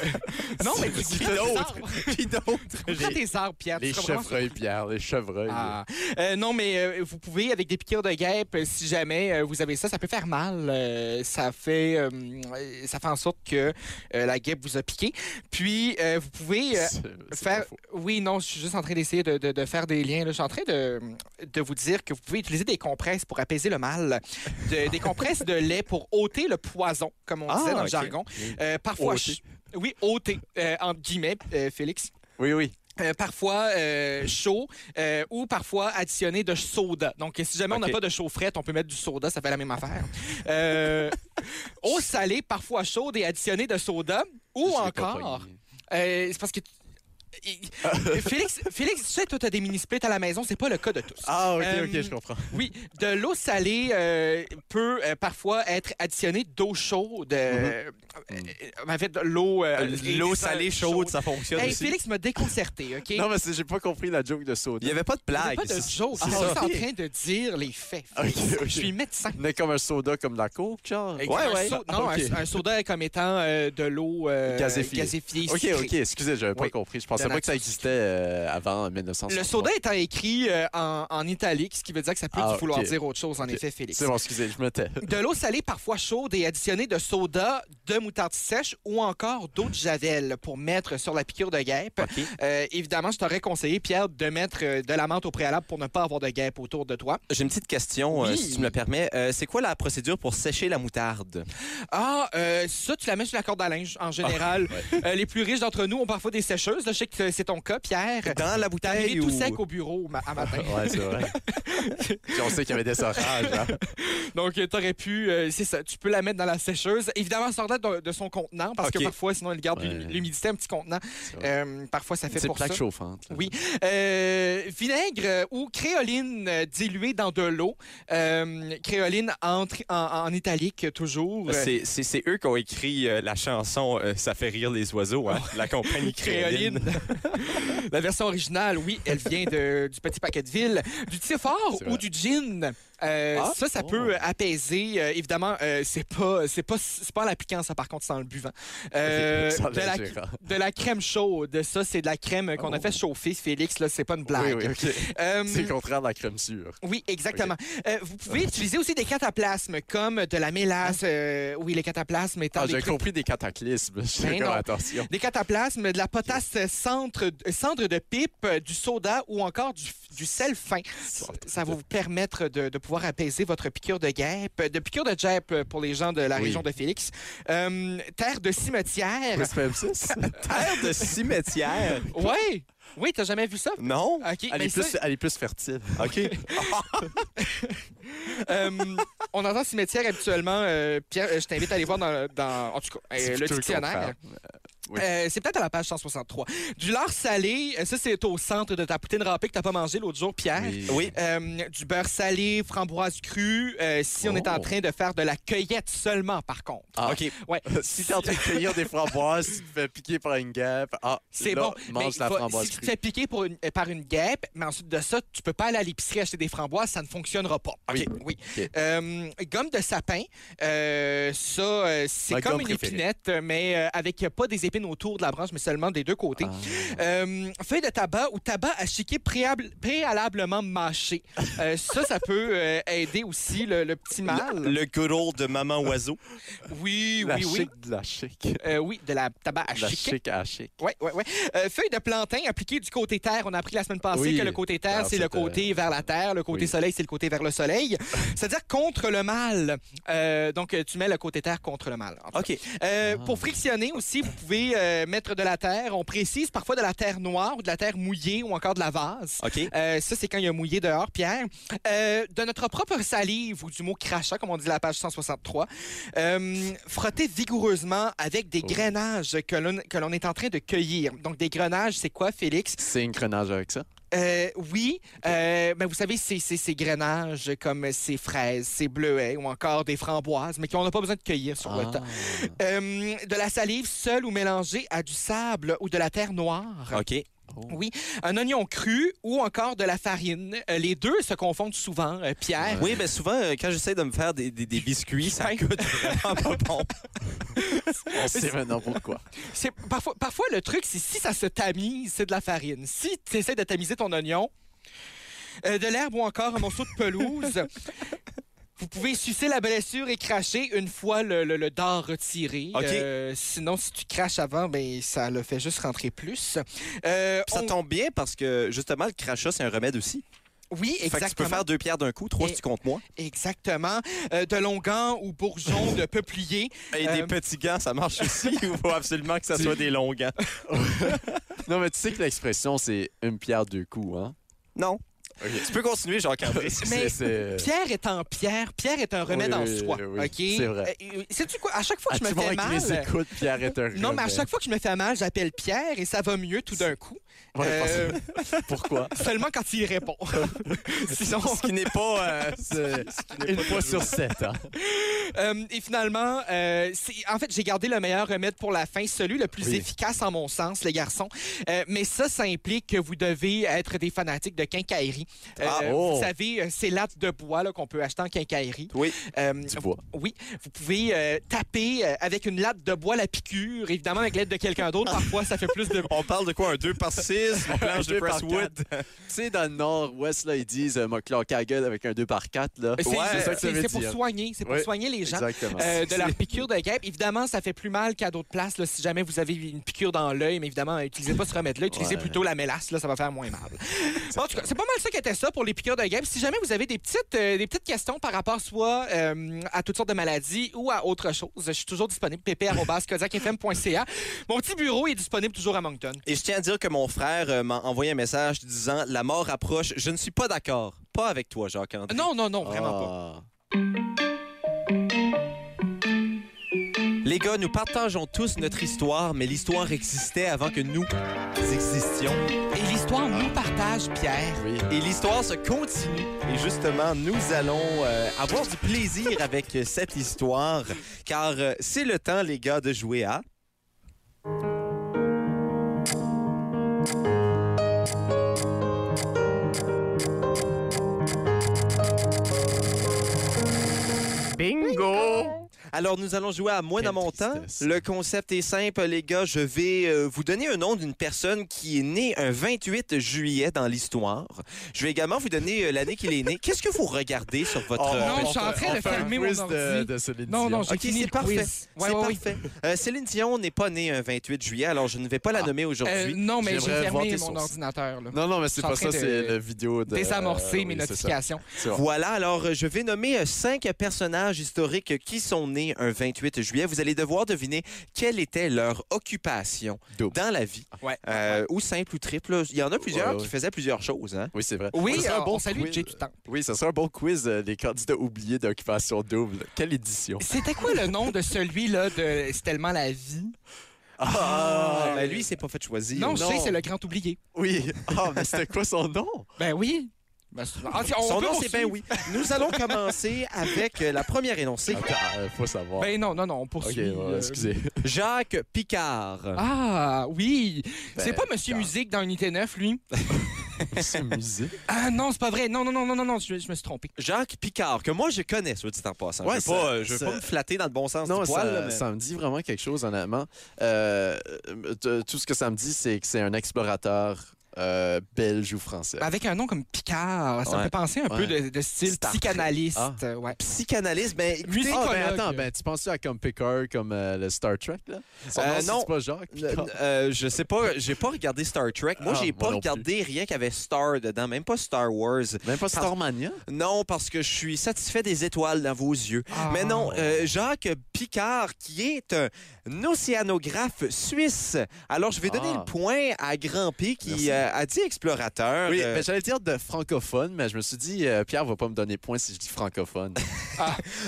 Speaker 3: non, mais tu
Speaker 1: C'est
Speaker 3: coupes tes
Speaker 1: d'autres.
Speaker 3: arbres.
Speaker 1: Puis d'autres.
Speaker 3: Tu coupes tes arbres, Pierre.
Speaker 4: les
Speaker 3: tu seras vraiment-
Speaker 4: chevreuils, Pierre, les chevreuils.
Speaker 3: Ah. Euh, non, mais euh, vous pouvez, avec des piqûres de guêpe, euh, si jamais euh, vous avez ça, ça peut faire mal. Euh, ça, fait, euh, euh, ça fait en sorte que euh, la guêpe vous a piqué. Puis, euh, vous pouvez... euh,
Speaker 4: C'est- c'est
Speaker 3: faire...
Speaker 4: pas faux.
Speaker 3: Oui, non, je suis juste en train d'essayer de, de- de faire des liens. là. Je suis en train de, de vous dire que vous pouvez utiliser des compresses pour apaiser le mal. De-
Speaker 4: [laughs]
Speaker 3: des compresses de lait pour ôter le poison, comme on
Speaker 1: Ah,
Speaker 3: disait dans
Speaker 1: ok.
Speaker 3: le jargon. Euh, parfois...
Speaker 4: Ôter.
Speaker 3: je- Oui, ôter, euh, entre guillemets, euh, Félix.
Speaker 4: Oui, oui.
Speaker 3: Euh, parfois euh, chaud euh, ou parfois additionné de soda. Donc, si jamais on
Speaker 4: Ok.
Speaker 3: n'a pas de chaufferette, on peut mettre du soda, ça fait la même affaire. Euh, eau salée, parfois chaude et additionnée de soda ou
Speaker 4: Je l'ai pas
Speaker 3: encore.
Speaker 4: pogné.
Speaker 3: euh, c'est parce que. Félix, Félix, tu sais, toi, t'as des mini-splits à la maison, c'est pas le cas de tous.
Speaker 4: Ah, ok,
Speaker 3: Euh,
Speaker 4: ok, je comprends.
Speaker 3: Oui, de l'eau salée euh, peut euh, parfois être additionnée d'eau chaude. euh, euh, en fait, de l'eau. euh,
Speaker 1: L'eau salée chaude, ça fonctionne
Speaker 3: Hey,
Speaker 1: aussi.
Speaker 3: Félix m'a déconcerté, OK?
Speaker 4: Non, mais c'est- j'ai pas compris la joke de
Speaker 1: Il
Speaker 4: soda.
Speaker 1: n'y avait pas de
Speaker 3: C'est
Speaker 1: blague.
Speaker 3: pas de joke.
Speaker 1: c'est ça.
Speaker 3: je suis en train de dire les faits. Félix.
Speaker 4: Ok, ok.
Speaker 3: Je suis médecin.
Speaker 4: Mais comme un soda, comme de la coke, genre.
Speaker 3: Et
Speaker 1: Ouais,
Speaker 3: un
Speaker 1: ouais.
Speaker 3: so- non, un-
Speaker 4: Ok.
Speaker 3: un, soda est comme étant euh, de l'eau euh,
Speaker 4: Gazéfiée. Ok,
Speaker 3: sucrée.
Speaker 4: ok, excusez, j'avais pas
Speaker 3: Oui.
Speaker 4: compris. Je pensais
Speaker 3: De
Speaker 4: pas que ça existait euh, avant
Speaker 3: Le
Speaker 4: 1963.
Speaker 3: soda étant écrit euh, en, en italique, ce qui veut dire que ça peut
Speaker 4: Ah,
Speaker 3: vouloir
Speaker 4: ok.
Speaker 3: dire autre chose, en
Speaker 4: Ok.
Speaker 3: effet, Félix.
Speaker 4: C'est bon, excusez, je me tais.
Speaker 3: De l'eau salée parfois chaude et additionnée de soda, de moutarde sèche ou encore d'eau de javel pour mettre sur la piqûre de guêpe. Euh, évidemment, je t'aurais conseillé, Pierre, de mettre euh, de la menthe au préalable pour ne pas avoir de guêpe autour de toi.
Speaker 1: J'ai une petite question, euh,
Speaker 3: Oui.
Speaker 1: si tu me le permets. Euh, c'est quoi la procédure pour sécher la moutarde?
Speaker 3: Ah, euh, ça, tu la mets sur la corde à linge, en général. Euh, les plus riches d'entre nous ont parfois des sécheuses. Là, je sais que c'est ton cas, Pierre.
Speaker 1: Dans la
Speaker 3: T'es
Speaker 1: bouteille
Speaker 3: arrivé tout
Speaker 1: ou...
Speaker 3: sec au bureau ma- à
Speaker 4: [laughs]
Speaker 3: matin.
Speaker 4: Ouais, c'est vrai. Puis on sait qu'il y avait des orages. hein.
Speaker 3: Donc, euh, t'aurais pu... euh, c'est ça, tu peux la mettre dans la sécheuse. Évidemment, sors-la de, de son contenant, parce
Speaker 1: Ok.
Speaker 3: que parfois, sinon, elle garde
Speaker 4: Ouais.
Speaker 3: l'hum- l'humidité, un petit contenant.
Speaker 4: vrai.
Speaker 3: Euh, parfois, ça fait
Speaker 4: C'est
Speaker 3: pour ça.
Speaker 4: plaque chauffante. là.
Speaker 3: Oui. Euh, vinaigre euh, ou créoline euh, diluée dans de l'eau. Euh, créoline en, tri- en, en italique, toujours.
Speaker 1: Euh, C'est- C'est c'est eux qui ont écrit euh, la chanson euh, Ça fait rire les oiseaux, hein? la compagnie créoline.
Speaker 3: Créoline. [laughs] La version originale, oui, elle vient de- du petit paquet de ville, du thé fort
Speaker 4: C'est
Speaker 3: ou
Speaker 4: vrai.
Speaker 3: du gin Euh,
Speaker 4: Ah.
Speaker 3: Ça, ça
Speaker 4: Oh.
Speaker 3: peut apaiser. euh, évidemment, euh, c'est pas, c'est pas, c'est pas en l'appliquant, ça, par contre, c'est en le buvant. Euh,
Speaker 4: Sans
Speaker 3: de, la,
Speaker 4: l'ingérant.
Speaker 3: de la crème chaude. Ça, c'est de la crème qu'on a fait chauffer, Félix. Là, c'est pas une blague.
Speaker 4: Oh. Oui, oui, ok.
Speaker 3: Euh,
Speaker 4: C'est le contraire de la crème sûre.
Speaker 3: oui, exactement. Euh, vous pouvez utiliser aussi des cataplasmes comme de la mélasse. euh, oui, les cataplasmes étant
Speaker 4: Ah,
Speaker 3: des
Speaker 4: j'ai
Speaker 3: trucs-
Speaker 4: compris des cataclysmes. [laughs] Je
Speaker 3: Ben
Speaker 4: fais comme
Speaker 3: non. [laughs]
Speaker 4: attention.
Speaker 3: des cataplasmes, de la potasse euh, centre- euh, cendre de pipe, euh, du soda ou encore du, f- du sel fin. Ça
Speaker 4: Centre
Speaker 3: ça va
Speaker 4: de-
Speaker 3: vous permettre de, de pouvoir apaiser votre piqûre de guêpe, euh, de piqûre de guêpe euh, pour les gens de la
Speaker 4: Oui.
Speaker 3: région de Félix. Euh, terre de cimetière.
Speaker 1: [laughs]
Speaker 4: [laughs]
Speaker 1: Terre de cimetière?
Speaker 3: Oui, oui, t'as jamais vu ça?
Speaker 1: Non?
Speaker 3: OK,
Speaker 4: Elle
Speaker 3: mais
Speaker 4: est,
Speaker 3: ça,
Speaker 4: plus, elle est plus fertile.
Speaker 1: OK.
Speaker 4: [laughs]
Speaker 3: euh, on entend cimetière habituellement. euh, Pierre, euh, je t'invite à aller voir dans, dans- en tout cas, euh,
Speaker 4: C'est
Speaker 3: le
Speaker 4: plutôt
Speaker 3: dictionnaire.
Speaker 4: contraire. Oui.
Speaker 3: Euh, c'est peut-être à la page 163. Du lard salé, euh, ça c'est au centre de ta poutine râpée que t'as pas mangé l'autre jour, Pierre.
Speaker 4: [laughs]
Speaker 1: Oui.
Speaker 3: Euh, du beurre salé, framboise crue, euh, si on est en
Speaker 4: Oh.
Speaker 3: train de faire de la cueillette seulement, par contre.
Speaker 4: Ah.
Speaker 1: OK.
Speaker 3: Ouais.
Speaker 4: Si t'es en train de cueillir des framboises, tu te fais piquer par une guêpe. Ah,
Speaker 3: C'est
Speaker 4: là,
Speaker 3: bon.
Speaker 4: Mange
Speaker 3: mais
Speaker 4: la
Speaker 3: va-
Speaker 4: framboise
Speaker 3: si tu te
Speaker 4: crue.
Speaker 3: fais piquer pour une- euh, par une guêpe, mais ensuite de ça, tu peux pas aller à l'épicerie acheter des framboises, ça ne fonctionnera pas.
Speaker 4: Ah Oui.
Speaker 3: oui.
Speaker 4: Ok.
Speaker 3: Euh, gomme de sapin, euh, ça, euh, c'est
Speaker 4: Ma
Speaker 3: comme
Speaker 4: gomme
Speaker 3: une
Speaker 4: préférée.
Speaker 3: épinette, mais euh, avec euh, pas des épines autour de la branche, mais seulement des deux côtés.
Speaker 4: Ah.
Speaker 3: Euh, feuille de tabac ou tabac à chiquer préable- préalablement mâché. Euh, ça, ça peut euh, aider aussi le, le petit
Speaker 1: Le,
Speaker 3: mal.
Speaker 1: le good old de Maman Oiseau.
Speaker 3: Oui,
Speaker 4: La
Speaker 3: oui, oui.
Speaker 4: chic de la chic.
Speaker 3: Euh, oui, de la tabac à
Speaker 4: La
Speaker 3: chiquer.
Speaker 4: chic à chic.
Speaker 3: Oui, oui, oui. Euh, feuille de plantain appliquée du côté terre. On a appris la semaine passée
Speaker 4: Oui.
Speaker 3: que le côté terre,
Speaker 4: Ah,
Speaker 3: c'est le
Speaker 4: c'était-
Speaker 3: côté vers la terre. Le côté
Speaker 4: Oui.
Speaker 3: soleil, c'est le côté vers le
Speaker 4: [laughs]
Speaker 3: soleil. C'est-à-dire contre le mal. Euh, donc, tu mets le côté terre contre le mal. en tout
Speaker 1: OK.
Speaker 3: euh,
Speaker 4: Ah.
Speaker 3: Pour frictionner aussi, vous pouvez euh, mettre de la terre. On précise parfois de la terre noire ou de la terre mouillée ou encore de la vase.
Speaker 1: OK.
Speaker 3: Euh, ça, c'est quand il y a mouillé dehors, Pierre. Euh, de notre propre salive ou du mot crachat, comme on dit à la page 163, euh, frotter vigoureusement avec des
Speaker 4: Oh.
Speaker 3: grenages que l'on que l'on est en train de cueillir. Donc, des grenages, c'est quoi, Félix?
Speaker 4: C'est une grenage avec ça.
Speaker 3: Euh, oui, euh, ben, vous savez, c'est c'est ces grenages comme ces fraises, ces bleuets ou encore des framboises, mais qu'on n'a pas besoin de cueillir sur le
Speaker 4: Ah.
Speaker 3: tas. Euh, de la salive seule ou mélangée à du sable ou de la terre noire.
Speaker 1: OK.
Speaker 3: Un oignon cru ou encore de la farine. Euh, les deux se confondent souvent, euh, Pierre.
Speaker 1: Oui, mais souvent, euh, quand j'essaie de me faire des, des- des biscuits, ça coûte vraiment [laughs] pas bon.
Speaker 4: On sait maintenant pourquoi.
Speaker 3: [laughs] C'est Parfois, parfois, le truc, c'est si ça se tamise, c'est de la farine. Si tu essaies de tamiser ton oignon, euh, de l'herbe ou encore un morceau de
Speaker 1: [laughs]
Speaker 3: pelouse, vous pouvez sucer la blessure et cracher une fois le, le, le dard retiré.
Speaker 1: OK.
Speaker 3: Euh, sinon, si tu craches avant, ben, ça le fait juste rentrer plus. Euh,
Speaker 1: Puis ça
Speaker 3: on-
Speaker 1: tombe bien parce que, justement, le crachat, c'est un remède aussi.
Speaker 3: Oui,
Speaker 1: Fait
Speaker 3: exactement.
Speaker 1: que tu peux faire deux pierres d'un coup, trois si tu comptes moi.
Speaker 3: Exactement. Euh, de longan ou
Speaker 1: [laughs]
Speaker 3: bourgeon de peuplier.
Speaker 1: Et
Speaker 3: des
Speaker 1: des petits gants, ça marche [laughs] aussi ou faut absolument que ça soit des longs gants?
Speaker 4: Non, mais tu sais que l'expression, c'est une pierre deux coups, hein? Ah,
Speaker 1: Non. Tu peux continuer, [laughs] Jean-Carré.
Speaker 3: Mais
Speaker 4: C'est- c'est-
Speaker 3: Pierre est en pierre. Pierre est un remède
Speaker 4: Oui,
Speaker 3: en
Speaker 4: oui,
Speaker 3: soi.
Speaker 4: oui,
Speaker 3: OK?
Speaker 4: c'est vrai. Ah,
Speaker 3: Euh, euh, sais-tu quoi? À chaque fois
Speaker 4: À
Speaker 3: que je
Speaker 4: tout
Speaker 3: me
Speaker 4: le monde
Speaker 3: fais
Speaker 4: qui les
Speaker 3: mal.
Speaker 4: écoute, Pierre est un
Speaker 3: Non, mais à
Speaker 4: remède.
Speaker 3: chaque fois que je me fais mal, j'appelle Pierre et ça va mieux tout d'un coup.
Speaker 4: Ouais,
Speaker 3: Euh,
Speaker 4: parce- Pourquoi?
Speaker 3: [laughs] seulement quand il
Speaker 4: [laughs]
Speaker 3: répond. Sinon,
Speaker 1: Ce qui n'est pas. euh,
Speaker 4: C'est une fois sur sept, hein?
Speaker 3: euh, et finalement, euh, c'est- en fait, j'ai gardé le meilleur remède pour la fin, celui le plus
Speaker 4: Oui.
Speaker 3: efficace en mon sens, les garçons. Euh, mais ça, ça implique que vous devez être des fanatiques de quincaillerie. Euh,
Speaker 4: Ah, oh.
Speaker 3: Vous savez, euh, ces lattes de bois là, qu'on peut acheter en quincaillerie.
Speaker 1: Oui.
Speaker 3: Euh,
Speaker 4: Du bois.
Speaker 3: Oui, vous pouvez euh, taper euh, avec une latte de bois la piqûre. Évidemment, avec l'aide de quelqu'un d'autre, parfois, ça fait plus
Speaker 4: [laughs]
Speaker 3: de...
Speaker 1: On parle de quoi? [laughs] Un 2 par 6, une planche de
Speaker 4: deux par
Speaker 1: Presswood?
Speaker 4: Tu sais, dans le nord-ouest, là, ils disent euh, m'a claqué la gueule avec un 2 par 4 là.
Speaker 3: C'est
Speaker 1: Ouais,
Speaker 3: c'est-
Speaker 1: c'est ça
Speaker 4: que ça
Speaker 3: c'est-
Speaker 4: veut
Speaker 3: c'est pour
Speaker 4: dire.
Speaker 3: soigner, c'est pour
Speaker 4: Oui,
Speaker 3: soigner les gens.
Speaker 4: Exactement.
Speaker 3: euh, de leur piqûre de guêpe. Évidemment, ça fait plus mal qu'à d'autres places. là, si jamais vous avez une piqûre dans l'œil, mais évidemment, euh, utilisez pas ce remède-là. Utilisez
Speaker 4: Ouais.
Speaker 3: plutôt la mélasse, là, ça va faire moins
Speaker 4: [laughs]
Speaker 3: mal. en tout cas, c'est pas mal ça qu'était ça pour les piqûres de guêpe. Si jamais vous avez des petites, euh, des petites questions par rapport soit euh, à toutes sortes de maladies ou à autre chose, je suis toujours disponible. pp.kodiakfm.ca. Mon petit bureau est disponible toujours à Moncton.
Speaker 1: Et je tiens à dire que mon frère euh, m'a envoyé un message disant La mort approche, je ne suis pas d'accord. Pas avec toi, Jacques-André.
Speaker 3: Non, non, non,
Speaker 4: Ah.
Speaker 3: vraiment pas.
Speaker 1: Les gars, nous partageons tous notre histoire, mais l'histoire existait avant que nous existions.
Speaker 3: Et l'histoire nous partage, Pierre.
Speaker 4: Oui.
Speaker 1: Et l'histoire se continue. Et justement, nous allons euh, avoir du plaisir avec euh, cette histoire, car euh, c'est le temps, les gars, de jouer à... Bingo! Alors, nous allons jouer à moins
Speaker 4: Quelle
Speaker 1: dans mon temps.
Speaker 4: tristesse.
Speaker 1: Le concept est simple, les gars. Je vais euh, vous donner un nom d'une personne qui est née un 28 juillet dans l'histoire. Je vais également vous donner euh, l'année qu'il est né. Qu'est-ce que vous regardez sur votre...
Speaker 4: Oh,
Speaker 1: euh,
Speaker 3: non, je suis
Speaker 4: on
Speaker 3: en
Speaker 4: fait-
Speaker 3: train
Speaker 4: on
Speaker 3: de
Speaker 4: fait un
Speaker 3: fermer mon
Speaker 4: quiz de,
Speaker 3: ordi.
Speaker 4: de Céline
Speaker 3: Non,
Speaker 4: Dion.
Speaker 3: non, j'ai
Speaker 1: Ok,
Speaker 3: fini
Speaker 1: c'est
Speaker 3: le
Speaker 1: parfait.
Speaker 3: quiz. Ouais,
Speaker 1: c'est
Speaker 3: ouais, ouais.
Speaker 1: parfait. Euh, Céline Dion n'est pas née un 28 juillet, alors je ne vais pas la nommer
Speaker 3: Euh,
Speaker 1: aujourd'hui.
Speaker 3: non, mais j'ai
Speaker 4: J'aimerais voir tes
Speaker 3: fermé mon
Speaker 4: sources.
Speaker 3: ordinateur. Là.
Speaker 4: non, non, mais
Speaker 3: Je
Speaker 4: c'est
Speaker 3: suis en
Speaker 4: pas ça,
Speaker 3: train de-
Speaker 4: c'est la vidéo de...
Speaker 3: Désamorcer
Speaker 4: euh,
Speaker 3: mes
Speaker 4: oui, c'est ça.
Speaker 3: notifications.
Speaker 4: C'est bon.
Speaker 1: Voilà, alors euh, je vais nommer euh, cinq personnages historiques qui sont nés un 28 juillet. Vous allez devoir deviner quelle était leur occupation
Speaker 4: Double.
Speaker 1: dans la vie,
Speaker 3: Ouais.
Speaker 1: Euh, ou simple ou triple. Il y en a plusieurs
Speaker 4: Ouais, ouais.
Speaker 1: qui faisaient plusieurs choses. hein.
Speaker 4: Oui, c'est vrai.
Speaker 3: Oui,
Speaker 4: Ça serait
Speaker 3: euh, on salue
Speaker 4: quiz.
Speaker 3: Jay Toutant.
Speaker 4: Oui, ça serait un bon quiz euh, des candidats oubliés d'occupation double. Quelle édition?
Speaker 3: C'était quoi le nom de celui-là de C'est tellement la vie?
Speaker 1: Ah, ben, lui, il s'est pas fait choisir.
Speaker 3: Non, je sais, c'est le grand oublié.
Speaker 4: Oui. Ah, mais c'était quoi son nom?
Speaker 3: Ben oui. Ben, ah, on
Speaker 1: Son
Speaker 3: peut
Speaker 1: nom, c'est
Speaker 3: poursuivre.
Speaker 1: Ben Oui. Nous allons commencer avec euh, la première énoncée.
Speaker 4: Attends, euh, faut savoir.
Speaker 3: Ben non, non, non, on
Speaker 4: ok,
Speaker 3: poursuit.
Speaker 4: ouais,
Speaker 3: euh,
Speaker 4: excusez.
Speaker 1: Jacques Picard.
Speaker 3: Ah, oui. c'est
Speaker 4: Ben,
Speaker 3: pas Monsieur
Speaker 4: quand-
Speaker 3: Musique dans Unité 9, lui?
Speaker 4: C'est musique.
Speaker 3: Ah non, c'est pas vrai. Non, non, non, non, non, non, je, je me suis trompé.
Speaker 1: Jacques Picard, que moi je connais, soit dit en passant.
Speaker 4: Ouais,
Speaker 1: je veux pas,
Speaker 4: ça-
Speaker 1: euh, je veux
Speaker 4: ça-
Speaker 1: pas me flatter dans le bon sens
Speaker 4: Non,
Speaker 1: du poil. euh,
Speaker 4: ça,
Speaker 1: là, mais-
Speaker 4: ça me dit vraiment quelque chose, honnêtement. Euh, euh, t- tout ce que ça me dit, c'est que c'est un explorateur euh, belge ou français. Ah,
Speaker 3: Ben, avec un nom comme Picard, ça me
Speaker 4: Ouais.
Speaker 3: fait penser un peu
Speaker 4: Ouais.
Speaker 3: de, de style
Speaker 4: Star Trek.
Speaker 3: psychanalyste.
Speaker 4: Ah.
Speaker 3: Ouais.
Speaker 1: Psychanalyste, ben, écoutez,
Speaker 3: Musique-
Speaker 4: Ah, ben
Speaker 3: psychologue.
Speaker 4: attends, ben, tu penses à comme Picard, comme euh, le Star Trek, là? Son
Speaker 1: Euh,
Speaker 4: nom,
Speaker 1: non.
Speaker 4: c'est pas Jacques Picard?
Speaker 1: Euh, je sais pas, j'ai pas regardé Star Trek. Moi,
Speaker 4: Ah,
Speaker 1: j'ai
Speaker 4: moi
Speaker 1: pas
Speaker 4: non
Speaker 1: regardé rien qui avait Star dedans, même pas Star Wars.
Speaker 4: Même pas Starmania?
Speaker 1: Non, parce que je suis satisfait des étoiles dans vos yeux.
Speaker 3: Ah.
Speaker 1: Mais non,
Speaker 4: Ah.
Speaker 1: euh, Jacques Picard, qui est un océanographe suisse. Alors, je vais donner
Speaker 4: Ah.
Speaker 1: le point à Grand P,
Speaker 4: Merci.
Speaker 1: qui euh, a dit explorateur.
Speaker 4: Oui,
Speaker 1: Euh,
Speaker 4: ben, j'allais dire de francophone, mais je me suis dit, euh, Pierre va pas me donner point si je dis francophone.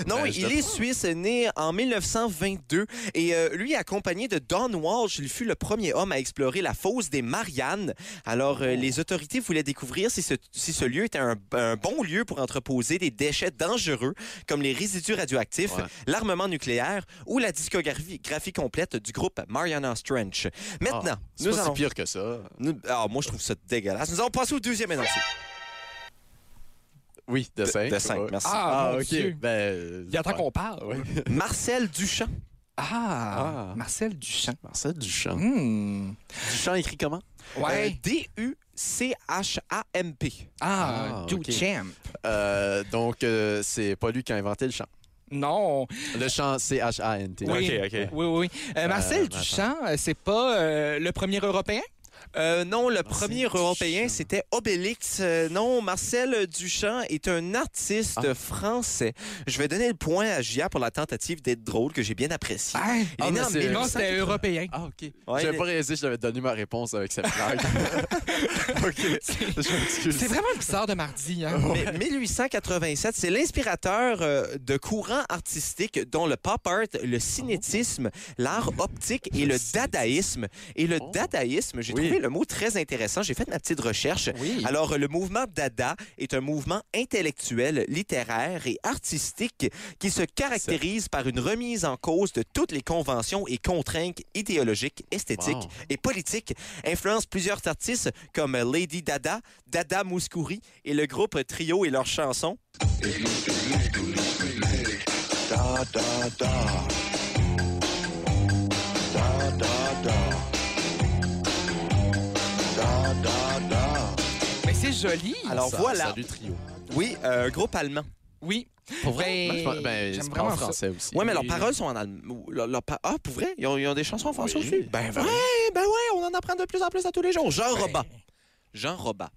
Speaker 1: Non,
Speaker 4: Ben, je
Speaker 1: il
Speaker 4: te
Speaker 1: est suisse, né en 1922 et euh, lui, accompagné de Don Walsh, il fut le premier homme à explorer la fosse des Mariannes. Alors, euh,
Speaker 4: Oh.
Speaker 1: les autorités voulaient découvrir si ce, si ce lieu était un, un bon lieu pour entreposer des déchets dangereux comme les résidus radioactifs,
Speaker 4: Ouais.
Speaker 1: l'armement nucléaire ou la discographie graphie complète du groupe Mariana Trench. [laughs] Maintenant,
Speaker 4: Ah, c'est
Speaker 1: nous
Speaker 4: pas si
Speaker 1: allons...
Speaker 4: pire que ça.
Speaker 1: nous- ah, moi, je trouve ça dégueulasse. Nous allons passer au deuxième énoncé.
Speaker 4: [laughs] Oui, de 5.
Speaker 1: de cinq, merci.
Speaker 3: Ah, mon Dieu.
Speaker 4: Ben,
Speaker 3: Il y a tant
Speaker 4: ouais.
Speaker 3: qu'on parle.
Speaker 4: Ouais.
Speaker 1: Marcel Duchamp.
Speaker 3: Ah,
Speaker 4: Ah.
Speaker 3: Marcel Duchamp.
Speaker 4: Marcel Duchamp.
Speaker 3: Hmm.
Speaker 4: Duchamp écrit comment?
Speaker 1: Euh,
Speaker 3: Ouais.
Speaker 1: D-U-C-H-A-M-P.
Speaker 3: Ah,
Speaker 4: Ah, ok.
Speaker 3: Duchamp.
Speaker 4: Euh, donc, euh, c'est pas lui qui a inventé le chant.
Speaker 3: Non.
Speaker 4: Le chant, C-H-A-N-T.
Speaker 3: Oui.
Speaker 4: Ok.
Speaker 3: Oui, oui. oui. Euh, Marcel
Speaker 4: attends.
Speaker 3: Duchamp, euh, c'est pas euh, le premier Européen?
Speaker 1: Euh, non,
Speaker 4: Ah,
Speaker 1: le premier
Speaker 4: Duchamp.
Speaker 1: européen, c'était Obélix. Euh, non, Marcel Duchamp est un artiste
Speaker 4: Ah.
Speaker 1: français. Je vais donner le point à Gia pour la tentative d'être drôle que j'ai bien appréciée. Il
Speaker 4: Ah,
Speaker 1: est né
Speaker 4: mais
Speaker 1: en
Speaker 4: c'est-
Speaker 3: non,
Speaker 1: 1900.
Speaker 3: c'était européen.
Speaker 4: Ah, OK.
Speaker 1: Ouais,
Speaker 4: J'avais
Speaker 1: le-
Speaker 4: pas réalisé, je devais donner ma réponse avec cette
Speaker 1: [laughs]
Speaker 4: blague. OK. Je m'excuse.
Speaker 3: C'est vraiment le bizarre de mardi. Hein?
Speaker 1: Mais 1887, c'est l'inspirateur euh, de courants artistiques dont le pop art, le cinétisme, l'art optique et
Speaker 4: Le
Speaker 1: le
Speaker 4: cinétisme.
Speaker 1: dadaïsme. Et le
Speaker 4: Oh.
Speaker 1: dadaïsme, j'ai
Speaker 4: Oui.
Speaker 1: trouvé le mot très intéressant. J'ai fait ma petite recherche.
Speaker 4: Oui.
Speaker 1: Alors, le mouvement Dada est un mouvement intellectuel, littéraire et artistique qui se caractérise par une remise en cause de toutes les conventions et contraintes idéologiques, esthétiques
Speaker 4: Wow.
Speaker 1: et politiques. Influence plusieurs artistes comme Lady Dada, Dada Mouskouri et le groupe Trio et leurs chansons.
Speaker 3: Mais c'est joli.
Speaker 1: Alors
Speaker 4: Ah, Ça-
Speaker 1: voilà,
Speaker 4: Salut, trio.
Speaker 1: oui, euh, un groupe allemand.
Speaker 3: Oui.
Speaker 4: Pour
Speaker 3: vrai?
Speaker 4: Ben, je pense- ben,
Speaker 3: J'aime
Speaker 4: c'est pas
Speaker 3: vraiment
Speaker 4: en
Speaker 3: ça.
Speaker 4: français aussi.
Speaker 1: Oui, mais
Speaker 3: Et-
Speaker 1: leurs paroles sont en allemand. Leur- leur pa- Ah, pour vrai? Ils ont, ils ont des chansons en français
Speaker 4: Oui.
Speaker 1: aussi? Ben,
Speaker 4: Ben
Speaker 1: ouais, ben ouais, on en apprend de plus en plus à tous les jours. Jean Robat. Jean Robat.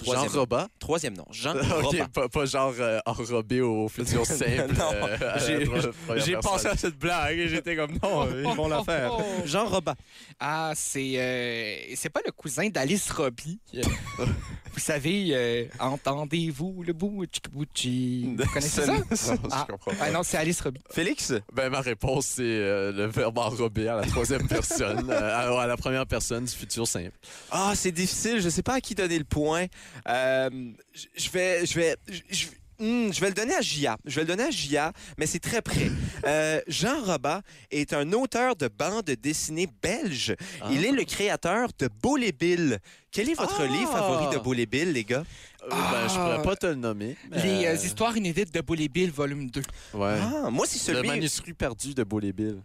Speaker 4: Jean
Speaker 1: Troisième,
Speaker 4: Robat.
Speaker 1: troisième nom. Jean Robat.
Speaker 4: [laughs] OK, pas, pas genre euh, enrobé au futur simple.
Speaker 1: [laughs] Non,
Speaker 4: euh,
Speaker 1: [laughs] j'ai-
Speaker 4: euh, première personne.
Speaker 1: cette blague et j'étais comme euh, [laughs]
Speaker 3: Oh, oh, oh.
Speaker 1: Jean Robat.
Speaker 3: Ah, c'est euh, c'est pas le cousin d'Alice Robbie. [laughs] vous savez, euh, entendez-vous le bout tchikbouchi. Vous connaissez ça?
Speaker 4: Non,
Speaker 3: Ah.
Speaker 4: [laughs] je comprends pas.
Speaker 3: Ah non, c'est Alice Robbie.
Speaker 1: Félix?
Speaker 4: Ben, ma réponse, c'est euh, le verbe enrobé à la troisième
Speaker 1: [laughs]
Speaker 4: personne, euh, à, à la première personne du futur simple.
Speaker 1: Ah, c'est difficile. Je sais pas à qui donner le point. Euh, je- je vais, je vais, je- je- hmm, je vais le donner à Gia. Je vais le donner à Gia, mais c'est très près. Euh, Jean Robat est un auteur de bande dessinée belge. Il est le créateur de Boule et Bill. Quel est votre
Speaker 4: Ah!
Speaker 1: livre favori de Boule et Bill, les gars?
Speaker 4: Euh, ben, je
Speaker 1: Ah.
Speaker 4: pourrais pas te le nommer. mais,
Speaker 3: Les euh,
Speaker 4: euh,
Speaker 3: histoires inédites de Bully Bill, volume 2.
Speaker 4: Ouais.
Speaker 1: Ah, moi, c'est
Speaker 4: Le
Speaker 1: celui...
Speaker 4: manuscrit perdu de Bull et Bill.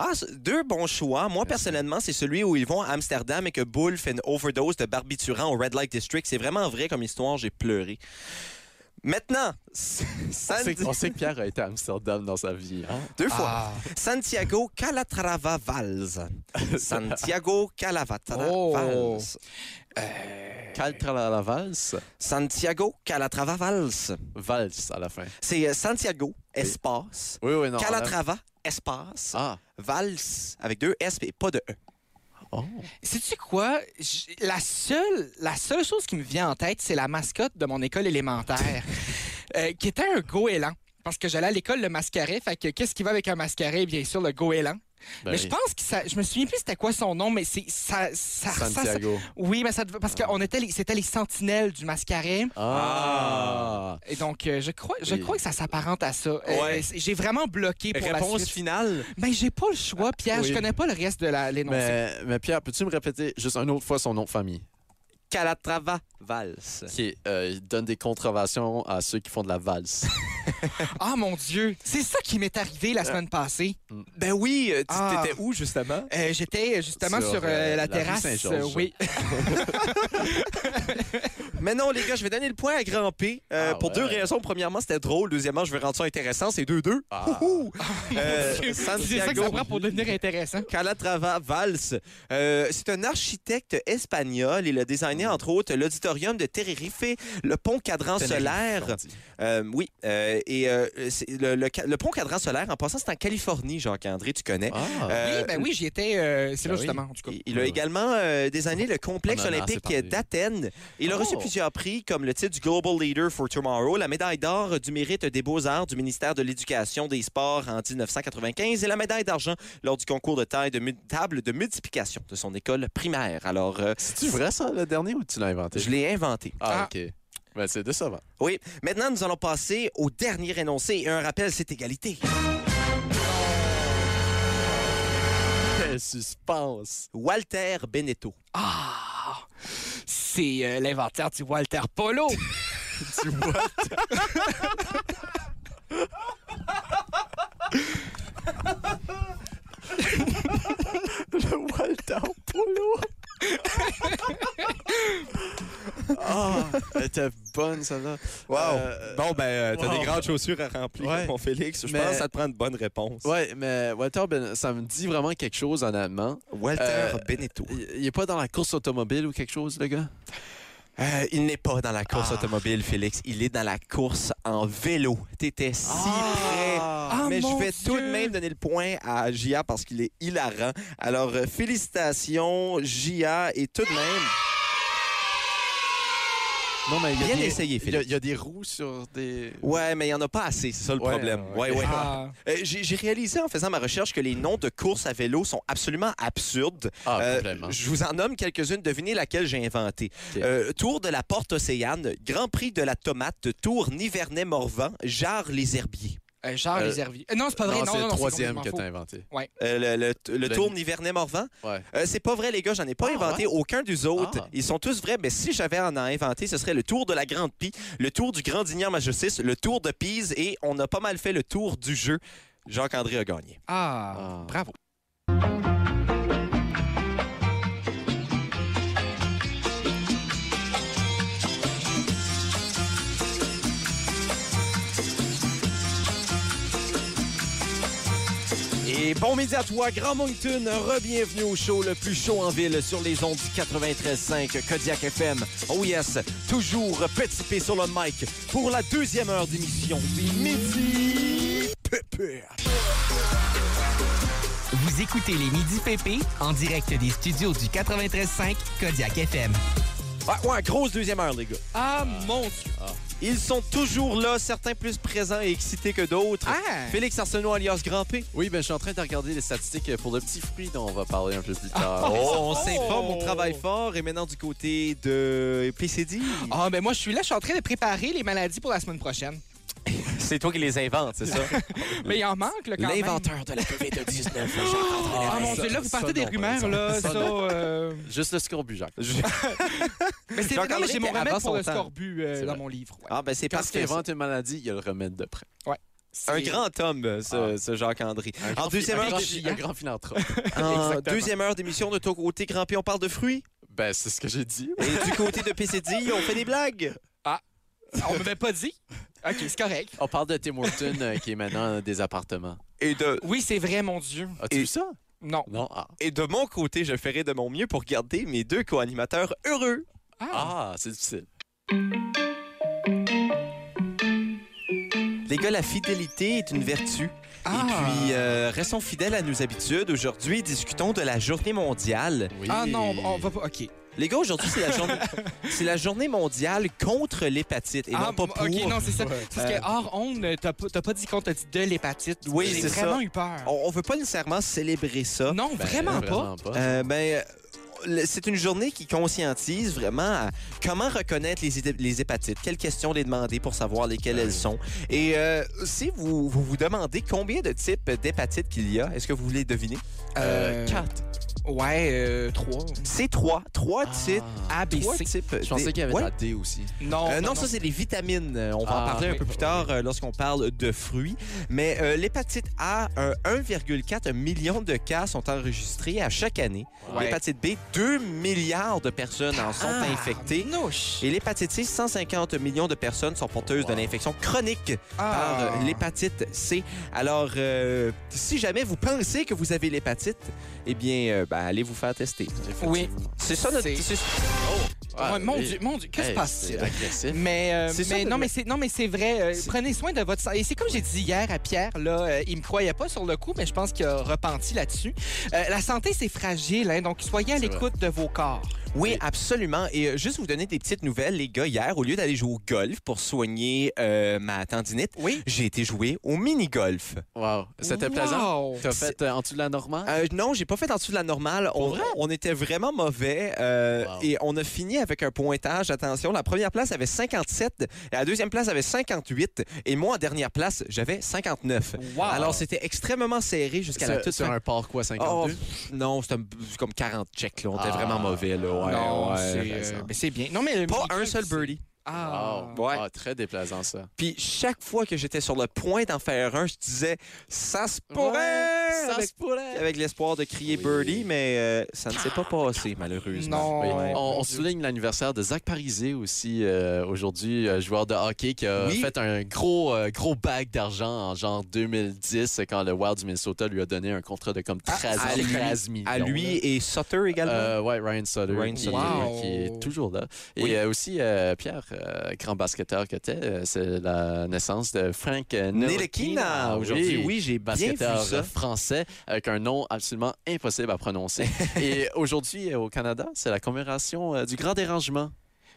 Speaker 1: Ah, c- deux bons choix. Moi, personnellement, c'est celui où ils vont à Amsterdam et que Bull fait une overdose de barbiturant au Red Light District. C'est vraiment vrai comme histoire. J'ai pleuré. Maintenant, [laughs] s-
Speaker 4: On sait,
Speaker 1: Sandy-
Speaker 4: on sait que Pierre a été à Amsterdam dans sa vie. hein.
Speaker 1: deux fois. Santiago Calatrava Valls. Santiago Calatrava
Speaker 3: Oh.
Speaker 1: Valls.
Speaker 3: Euh,
Speaker 4: Caltre à la valse,
Speaker 1: Santiago Calatrava Valls.
Speaker 4: valse à la fin.
Speaker 1: C'est euh, Santiago, espace.
Speaker 4: Oui, oui, non.
Speaker 1: Calatrava, espace.
Speaker 4: Ah,
Speaker 1: Valls, avec deux S et pas de E.
Speaker 4: oh.
Speaker 3: Sais-tu quoi? J- La seule, la seule chose qui me vient en tête, c'est la mascotte de mon école
Speaker 4: [laughs]
Speaker 3: élémentaire, euh, qui était un goéland. Parce que j'allais à l'école le mascaret, fait que qu'est-ce qui va avec un mascaret? Bien sûr, le goéland.
Speaker 4: Ben
Speaker 3: mais
Speaker 4: oui,
Speaker 3: je pense que ça. Je me souviens plus c'était quoi son nom, mais c'est. Ça, ça, ça- ça-
Speaker 4: Santiago.
Speaker 3: oui, mais ça devait- Parce qu'on était les, c'était les sentinelles du mascaret.
Speaker 4: Ah!
Speaker 3: Et donc, euh, je, crois, je
Speaker 4: Oui.
Speaker 3: crois que ça s'apparente à ça. Euh,
Speaker 1: Ouais.
Speaker 3: c'est- J'ai vraiment bloqué pour la
Speaker 1: Réponse
Speaker 3: suite.
Speaker 1: finale.
Speaker 3: Mais j'ai pas le choix, Pierre.
Speaker 4: Ah, oui.
Speaker 3: Je connais pas le reste de la- l'énoncé.
Speaker 4: Mais, mais Pierre, peux-tu me répéter juste une autre fois son nom de famille?
Speaker 1: Calatrava Valls.
Speaker 4: Qui est, euh, il donne des contraventions à ceux qui font de la valse.
Speaker 3: Ah mon Dieu, c'est ça qui m'est arrivé
Speaker 4: Ah.
Speaker 3: la semaine passée.
Speaker 1: Ben oui, euh, tu
Speaker 3: Ah.
Speaker 1: t'étais où justement?
Speaker 3: Euh, J'étais justement
Speaker 4: Sur,
Speaker 3: sur, euh,
Speaker 4: euh, la
Speaker 3: la,
Speaker 4: rue
Speaker 3: terrasse.
Speaker 4: Saint-Georges.
Speaker 3: euh,
Speaker 4: [laughs]
Speaker 3: oui.
Speaker 1: Mais non, les gars, je vais donner le point à Grand P euh,
Speaker 4: Ah
Speaker 1: pour
Speaker 4: ouais.
Speaker 1: deux raisons. Premièrement, c'était drôle. Deuxièmement, je vais rendre ça intéressant. C'est 2-2.
Speaker 4: Ah.
Speaker 3: [laughs]
Speaker 1: Wouhou! Euh,
Speaker 3: C'est ça que ça
Speaker 1: Santiago
Speaker 3: prend pour devenir intéressant.
Speaker 1: Calatrava Valls. Euh, c'est un architecte espagnol. Il a designé, entre autres, l'auditorium de Tenerife, le pont cadran
Speaker 4: Tenerife, on
Speaker 1: solaire.
Speaker 4: dit.
Speaker 1: Euh, oui. euh, et euh, c'est le, le ca- le pont cadran solaire, en passant, c'est en Californie, Jacques-André, tu connais.
Speaker 4: Ah!
Speaker 1: Euh,
Speaker 3: oui, ben oui, j'y étais. euh, c'est là
Speaker 4: ben oui.
Speaker 3: justement, en tout cas.
Speaker 1: Il- Il a
Speaker 4: Ouais.
Speaker 1: également euh, désigné le
Speaker 4: [laughs]
Speaker 1: complexe
Speaker 4: On en a assez parlé.
Speaker 1: olympique d'Athènes. Il a
Speaker 4: Oh.
Speaker 1: reçu plusieurs prix, comme le titre du Global Leader for Tomorrow, la médaille d'or du mérite des beaux-arts du ministère de l'Éducation des Sports en 1995 et la médaille d'argent lors du concours de taille de mu- table de multiplication de son école primaire. Alors, euh,
Speaker 4: C'est-tu vrai, ça, le dernier, ou tu l'as inventé?
Speaker 1: je l'ai inventé.
Speaker 4: Ah,
Speaker 3: Ah.
Speaker 4: OK. Ben, c'est décevant.
Speaker 1: Oui, maintenant, nous allons passer au dernier énoncé et un rappel, c'est égalité.
Speaker 4: Quel suspense!
Speaker 1: Walter Benetto.
Speaker 3: Ah! C'est euh, l'inventaire du Walter Polo.
Speaker 4: [laughs] Tu vois? le Walter Polo! Ah, elle était bonne, celle-là. Euh,
Speaker 1: bon, ben,
Speaker 4: t'as wow. des grandes
Speaker 1: chaussures à remplir,
Speaker 4: Ouais. mon
Speaker 1: Félix.
Speaker 4: Je Mais- pense que ça
Speaker 1: te prend une bonne réponse.
Speaker 4: Ouais, mais Walter, Ben- ça me dit vraiment quelque chose, honnêtement.
Speaker 1: Walter
Speaker 4: Euh,
Speaker 1: Benetto.
Speaker 4: Il il est pas dans la course automobile ou quelque chose, le gars?
Speaker 1: Euh, il n'est pas dans la course
Speaker 4: Ah.
Speaker 1: automobile, Félix. Il est dans la course en vélo. T'étais si près.
Speaker 3: Ah,
Speaker 1: Mais je
Speaker 3: mon
Speaker 1: vais tout de
Speaker 3: Dieu.
Speaker 1: même donner le point à Gia parce qu'il est hilarant. Alors, euh, félicitations, Gia, et tout de même.
Speaker 4: Non, mais il y a
Speaker 1: Bien
Speaker 4: des-
Speaker 1: essayé,
Speaker 4: il y a-
Speaker 1: Philippe.
Speaker 4: Il y, a des roues sur des...
Speaker 1: Ouais, mais il n'y en a pas assez, c'est ça le
Speaker 4: Eh Ouais,
Speaker 1: problème.
Speaker 4: ok.
Speaker 1: Ouais, ouais.
Speaker 3: Ah.
Speaker 1: Euh, J'ai j'ai réalisé en faisant ma recherche que les noms de courses à vélo sont absolument absurdes.
Speaker 4: Ah,
Speaker 1: Euh,
Speaker 4: complètement.
Speaker 1: je vous en nomme quelques-unes. Devinez laquelle j'ai inventée.
Speaker 4: Ok.
Speaker 1: Euh, Tour de la Porte Océane, Grand Prix de la Tomate, Tour Nivernais-Morvan, Jarre les Herbiers.
Speaker 3: Euh, Genre
Speaker 4: Euh,
Speaker 3: les herbiers. Euh, non, c'est pas vrai. Non, non,
Speaker 4: c'est le
Speaker 3: non,
Speaker 4: troisième
Speaker 3: complètement
Speaker 4: que
Speaker 3: faux.
Speaker 4: t'as inventé.
Speaker 1: Euh, le, le- le
Speaker 4: Le-
Speaker 1: Tour Nivernais-Morvan,
Speaker 4: Ouais.
Speaker 1: Euh, c'est pas vrai, les gars. J'en ai pas
Speaker 4: Ah,
Speaker 1: inventé aucun des autres.
Speaker 4: Ah.
Speaker 1: Ils sont tous vrais, mais si j'avais à en inventé, ce serait le tour de la Grande Pie, le tour du Grand Ignor Majestis, le tour de Pise et on a pas mal fait le tour du jeu. Jacques-André a gagné.
Speaker 3: Ah,
Speaker 4: Ah.
Speaker 3: bravo.
Speaker 1: Et bon midi à toi, Grand Moncton. Re-bienvenue au show le plus chaud en ville sur les ondes du 93.5 Kodiak FM. Oh yes, toujours petit P sur le mic pour la deuxième heure d'émission. Midi. Pépé.
Speaker 2: Vous écoutez les Midi PP en direct des studios du 93.5 Kodiak FM.
Speaker 1: Ouais, ouais, grosse deuxième heure, les gars.
Speaker 3: Ah, mon Dieu.
Speaker 1: Ils sont toujours là, certains plus présents et excités que d'autres.
Speaker 3: Ah.
Speaker 1: Félix Arsenault alias Grand P.
Speaker 4: Oui, ben je suis en train de regarder les statistiques pour le petit fruit dont on va parler un peu plus tard.
Speaker 3: [laughs]
Speaker 1: on s'informe, on travaille fort. Et maintenant, du côté de PCD.
Speaker 3: Ah, ben moi, je suis là, je suis en train de préparer les maladies pour la semaine prochaine.
Speaker 1: C'est toi qui les inventes, c'est [laughs] ça?
Speaker 3: Mais il en manque, là, quand même.
Speaker 7: L'inventeur de la COVID-19,
Speaker 3: Ah
Speaker 7: Jacques-André
Speaker 3: mon
Speaker 7: Lefebvre.
Speaker 3: Dieu, là, vous
Speaker 4: Ça,
Speaker 3: partez des
Speaker 4: non, par
Speaker 1: ben,
Speaker 3: rumeurs,
Speaker 4: exemple.
Speaker 3: là.
Speaker 4: Ça,
Speaker 3: Ça,
Speaker 4: non.
Speaker 1: [laughs]
Speaker 3: euh,
Speaker 4: Juste le scorbut, Jacques.
Speaker 1: Je-
Speaker 3: Mais c'est
Speaker 1: Jacques
Speaker 3: non, mais
Speaker 1: André
Speaker 3: j'ai mon
Speaker 1: était
Speaker 3: remède
Speaker 1: avant
Speaker 3: pour
Speaker 1: son
Speaker 3: le
Speaker 1: temps.
Speaker 3: scorbut euh,
Speaker 4: C'est
Speaker 3: dans
Speaker 4: vrai.
Speaker 3: mon livre. ouais.
Speaker 1: Ah, ben c'est
Speaker 4: Quand
Speaker 1: parce
Speaker 4: tu
Speaker 1: que
Speaker 4: inventes une maladie, il y a le remède de près.
Speaker 1: c'est Ah. un grand homme, euh, ce, ce Jacques-André. En deuxième
Speaker 4: un
Speaker 1: heure,
Speaker 4: grand-
Speaker 1: [laughs] des-
Speaker 4: un grand [laughs] philanthrope.
Speaker 1: en
Speaker 3: Exactement.
Speaker 1: deuxième heure d'émission de ton côté, Grand P, on parle de fruits.
Speaker 4: ben, c'est ce que j'ai dit.
Speaker 1: Et du côté de [laughs] PCD, on fait des blagues.
Speaker 3: On m'avait pas dit. OK, c'est correct.
Speaker 4: On parle de Tim Horton euh, qui est maintenant dans des appartements.
Speaker 1: Et de,
Speaker 3: Oui, c'est vrai, mon Dieu.
Speaker 4: As-tu
Speaker 1: Et-
Speaker 4: vu ça?
Speaker 3: Non.
Speaker 4: Non. Ah,
Speaker 1: et de mon côté, je ferai de mon mieux pour garder mes deux co-animateurs heureux.
Speaker 3: Ah.
Speaker 4: ah c'est difficile.
Speaker 1: Les gars, la fidélité est une vertu.
Speaker 3: Ah.
Speaker 1: Et puis, euh, restons fidèles à nos habitudes. Aujourd'hui, discutons de la journée mondiale.
Speaker 4: Oui.
Speaker 3: Ah non, on va pas. OK.
Speaker 1: Les gars, aujourd'hui, c'est la, journée... [laughs] c'est la journée mondiale contre l'hépatite et
Speaker 3: ah,
Speaker 1: non pas pour. Euh.
Speaker 3: OK, non, c'est ça.
Speaker 4: Ouais.
Speaker 3: Parce que hors on, t'as pas t'as pas dit qu'on t'a dit de l'hépatite.
Speaker 1: Oui,
Speaker 3: J'ai
Speaker 1: c'est ça.
Speaker 3: vraiment eu peur.
Speaker 1: On on veut pas nécessairement célébrer ça.
Speaker 3: Non,
Speaker 4: Ben,
Speaker 3: vraiment pas.
Speaker 4: vraiment pas.
Speaker 1: Euh, ben, le- c'est une journée qui conscientise vraiment à comment reconnaître les, hé- les hépatites, quelles questions les demander pour savoir lesquelles elles sont. Et euh, si vous, vous vous demandez combien de types d'hépatites qu'il y a, est-ce que vous voulez deviner?
Speaker 3: Euh,
Speaker 1: quatre.
Speaker 3: Ouais, euh, trois.
Speaker 1: C'est trois. Trois types.
Speaker 3: A, B,
Speaker 1: Ah. Trois
Speaker 3: C.
Speaker 1: types
Speaker 4: Je pensais
Speaker 1: d'hé-
Speaker 4: qu'il y avait
Speaker 1: Ouais.
Speaker 4: la D aussi.
Speaker 3: Non,
Speaker 1: Euh, non, ça, c'est les vitamines. Euh, On va en
Speaker 4: Ah,
Speaker 1: parler un
Speaker 4: oui.
Speaker 1: peu plus tard euh, lorsqu'on parle de fruits. Mais euh, l'hépatite A, un 1,4 million de cas sont enregistrés à chaque année.
Speaker 3: Ouais.
Speaker 1: L'hépatite B, 2 milliards de personnes en sont
Speaker 3: Ah,
Speaker 1: infectées.
Speaker 3: Nouche.
Speaker 1: Et l'hépatite C, 150 millions de personnes sont porteuses
Speaker 4: Wow.
Speaker 1: de l'infection chronique par
Speaker 3: Ah.
Speaker 1: euh, l'hépatite C. Alors, euh, si jamais vous pensez que vous avez l'hépatite, eh bien, euh, ben, allez vous faire tester.
Speaker 3: Oui.
Speaker 1: C'est ça notre...
Speaker 3: C'est-
Speaker 1: c'est-
Speaker 3: Ouais, mon
Speaker 4: oui.
Speaker 3: Dieu, mon Dieu, que se
Speaker 4: Ah, Hey,
Speaker 3: passe-t-il?
Speaker 4: c'est agressif.
Speaker 3: Mais, euh,
Speaker 1: C'est ça,
Speaker 3: mais
Speaker 1: le-
Speaker 3: non, mais c'est non, mais c'est vrai. euh,
Speaker 1: C'est-
Speaker 3: prenez soin de votre santé. Et c'est comme j'ai dit hier à Pierre, là, euh, il me croyait pas sur le coup, mais je pense qu'il a repenti là-dessus. Euh, la santé, c'est fragile, hein, donc soyez à
Speaker 4: C'est
Speaker 3: l'écoute de vos corps.
Speaker 1: Oui, absolument. Et euh, juste vous donner des petites nouvelles, les gars. Hier, au lieu d'aller jouer au golf pour soigner euh, ma tendinite,
Speaker 3: Oui.
Speaker 1: j'ai été jouer au mini-golf.
Speaker 4: Wow. C'était plaisant.
Speaker 3: Wow.
Speaker 4: T'as fait euh, en dessous de la normale?
Speaker 3: Hein?
Speaker 1: Euh, non, j'ai pas fait en dessous de la normale. On, on était vraiment mauvais euh,
Speaker 4: Wow.
Speaker 1: et on a fini avec un pointage. Attention, la première place avait 57, la deuxième place avait 58 et moi en dernière place, j'avais 59.
Speaker 3: Wow.
Speaker 1: Alors c'était extrêmement serré jusqu'à la
Speaker 4: Sur-
Speaker 1: toute
Speaker 4: sur
Speaker 1: fin.
Speaker 4: un parcours quoi, 52?
Speaker 1: Oh, pff, non, c'était un- comme 40 checks. là. On était
Speaker 4: Ah.
Speaker 1: vraiment mauvais. Là. Ouais,
Speaker 3: non,
Speaker 1: ouais,
Speaker 3: c'est
Speaker 1: raison.
Speaker 3: euh, mais c'est bien. Non, mais
Speaker 1: Pas un seul
Speaker 3: c'est-
Speaker 1: birdie.
Speaker 3: Ah.
Speaker 4: Wow.
Speaker 1: Ouais.
Speaker 4: Ah, très déplaisant, ça.
Speaker 1: Puis chaque fois que j'étais sur le point d'en faire un, je disais ça se pourrait
Speaker 3: Euh,
Speaker 4: Ouais, ça
Speaker 1: avec,
Speaker 4: se pourrait.
Speaker 1: avec l'espoir de crier
Speaker 4: Oui.
Speaker 1: birdie, mais euh, ça ne s'est pas passé malheureusement.
Speaker 3: Non.
Speaker 4: Oui.
Speaker 1: Ouais.
Speaker 4: On, on souligne l'anniversaire de Zach Parisé aussi euh, aujourd'hui, euh, joueur de hockey qui a
Speaker 1: Oui.
Speaker 4: fait un gros, euh, gros bag d'argent en genre 2010 euh, quand le Wild du Minnesota lui a donné un contrat de comme 13,
Speaker 1: Ah, à lui.
Speaker 4: 13 millions.
Speaker 1: À lui
Speaker 4: là.
Speaker 1: et Sutter également.
Speaker 4: Euh, ouais, Ryan Sutter,
Speaker 1: Ryan
Speaker 4: qui, euh,
Speaker 1: Sutter.
Speaker 3: Wow.
Speaker 4: qui est toujours là. Et
Speaker 1: Oui.
Speaker 4: euh, aussi euh, Pierre, euh, grand basketteur que t'es, euh, c'est la naissance de Frank euh,
Speaker 1: Nilekina,
Speaker 4: Ntilikina
Speaker 1: aujourd'hui, oui, j'ai bien vu
Speaker 4: basketteur euh,
Speaker 1: ça.
Speaker 4: français avec un nom absolument impossible à prononcer. Et aujourd'hui, euh, au Canada, c'est la commémoration euh, du grand dérangement.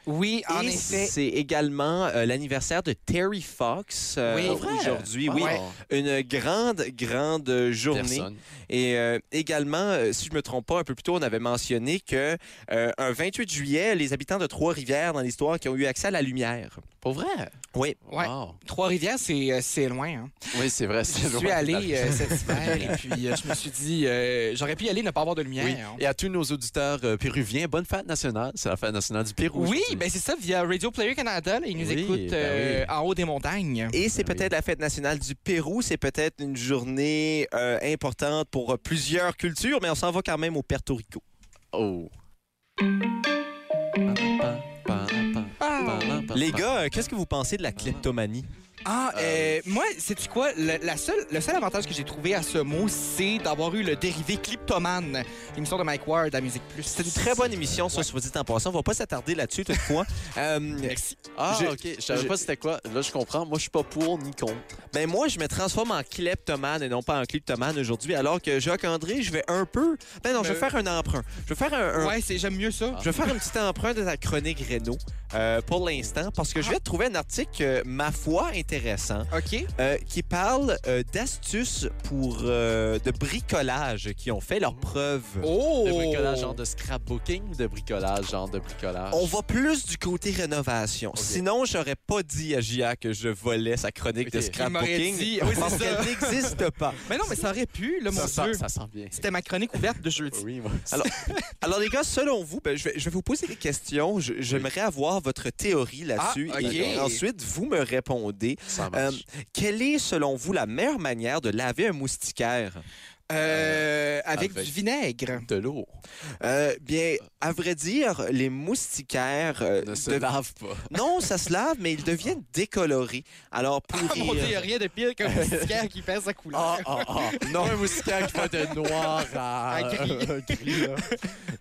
Speaker 3: Oui, en
Speaker 1: Et
Speaker 3: effet.
Speaker 1: c'est également euh, l'anniversaire de Terry Fox euh,
Speaker 3: Oui.
Speaker 4: Pour vrai?
Speaker 1: aujourd'hui.
Speaker 4: Wow.
Speaker 1: Oui, une grande, grande euh, journée.
Speaker 4: Personne.
Speaker 1: Et euh, également, euh, si je me trompe pas, un peu plus tôt, on avait mentionné que euh, un 28 juillet, les habitants de Trois-Rivières dans l'histoire qui ont eu accès à la lumière.
Speaker 4: Pour vrai?
Speaker 1: Oui.
Speaker 3: Ouais.
Speaker 4: Wow.
Speaker 3: Trois-Rivières, c'est euh, c'est loin. Hein.
Speaker 4: Oui, c'est vrai. c'est
Speaker 3: Je
Speaker 4: loin
Speaker 3: suis
Speaker 4: de
Speaker 3: allé
Speaker 4: la- [laughs]
Speaker 3: euh, cet hiver et puis euh, je me suis dit, euh, j'aurais pu y aller ne pas avoir de lumière.
Speaker 4: Oui.
Speaker 3: hein.
Speaker 4: Et à tous nos auditeurs euh, péruviens, bonne fête nationale. C'est la fête nationale du Pérou.
Speaker 3: Oui,
Speaker 4: aujourd'hui.
Speaker 3: ben c'est ça, via Radio Player Canada. là, ils nous
Speaker 4: Oui,
Speaker 3: écoutent
Speaker 4: ben
Speaker 3: euh,
Speaker 4: oui.
Speaker 3: en haut des montagnes.
Speaker 1: Et c'est
Speaker 4: Ah oui.
Speaker 1: peut-être la fête nationale du Pérou. C'est peut-être une journée euh, importante pour euh, plusieurs cultures, mais on s'en va quand même au Puerto Rico.
Speaker 4: Oh.
Speaker 3: Ah,
Speaker 1: Les gars, euh, qu'est-ce que vous pensez de la kleptomanie?
Speaker 3: Ah, euh, moi, sais-tu quoi? Le, la seule, le seul avantage que j'ai trouvé à ce mot, c'est d'avoir eu le dérivé Cliptomane, l'émission de Mike Ward à Musique Plus.
Speaker 1: C'est une très bonne émission, ça, soit dit en passant. On va pas s'attarder là-dessus toutefois. Euh,
Speaker 3: Merci.
Speaker 4: Ah,
Speaker 1: Je-
Speaker 4: ok. Je savais
Speaker 1: je-
Speaker 4: pas c'était quoi. Là, je comprends. Moi, je suis pas pour ni contre.
Speaker 1: ben moi, je me transforme en kleptomane et non pas en kleptomane aujourd'hui, alors que Jacques-André, je vais un peu... Ben non, je vais
Speaker 3: Mais-
Speaker 1: faire un emprunt. Je vais faire un, un-
Speaker 3: Ouais, c'est, j'aime mieux ça.
Speaker 1: Je vais faire un petit emprunt de la chronique Renault euh, pour l'instant, parce que je vais trouver un article, euh, ma foi, intéressant
Speaker 3: OK.
Speaker 1: euh, qui parle euh, d'astuces pour euh, de bricolage qui ont fait leur preuve.
Speaker 3: Oh!
Speaker 4: De bricolage genre de scrapbooking ou de bricolage genre de bricolage?
Speaker 1: On va plus du côté rénovation. Sinon, j'aurais pas dit à Gia que je volais sa chronique
Speaker 4: Ok.
Speaker 1: de
Speaker 3: Il m'aurait
Speaker 1: scrapbooking
Speaker 3: dit, oui, c'est
Speaker 1: parce
Speaker 3: ça.
Speaker 1: qu'elle n'existe pas.
Speaker 3: Mais non, mais ça aurait pu, là, mon
Speaker 4: ça, sent,
Speaker 3: Dieu.
Speaker 4: ça sent bien.
Speaker 3: C'était ma chronique ouverte de
Speaker 4: [laughs]
Speaker 3: jeudi.
Speaker 4: Oui, moi.
Speaker 1: Alors les gars, selon vous, ben, je, vais, je vais vous poser des questions. Je- J'aimerais avoir votre théorie là-dessus.
Speaker 3: Ah,
Speaker 1: Et
Speaker 3: ok.
Speaker 1: ensuite, vous me répondez.
Speaker 4: Ça
Speaker 1: Euh,
Speaker 4: marche.
Speaker 1: quelle est, selon vous, la meilleure manière de laver un moustiquaire?
Speaker 3: Euh, avec,
Speaker 4: avec-
Speaker 3: du vinaigre.
Speaker 4: de l'eau.
Speaker 1: Euh, bien, à vrai dire, les moustiquaires... euh,
Speaker 4: Ne se
Speaker 1: de-
Speaker 4: lave pas.
Speaker 1: Non, ça se lave, mais ils deviennent décolorés. Alors, pour...
Speaker 3: Ah, mon Dieu, il y a rien de pire qu'un moustiquaire qui perd sa couleur.
Speaker 1: Ah, ah, ah.
Speaker 4: Non, un moustiquaire qui va de noir [laughs] à,
Speaker 3: À gris.
Speaker 4: gris, là.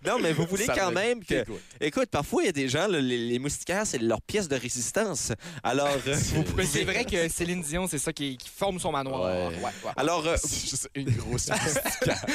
Speaker 1: Non, mais vous voulez
Speaker 4: Ça
Speaker 1: quand
Speaker 4: me
Speaker 1: même que...
Speaker 4: dégoûte. [laughs]
Speaker 1: Écoute, parfois, il y a des gens, là, les, les moustiquaires, c'est leur pièce de résistance. Alors,
Speaker 3: [laughs]
Speaker 1: euh, vous-
Speaker 3: Mais c'est vrai que Céline Dion, c'est ça qui, qui forme son manoir.
Speaker 4: Ouais.
Speaker 1: alors euh,
Speaker 4: C'est juste une grosse moustiquaire.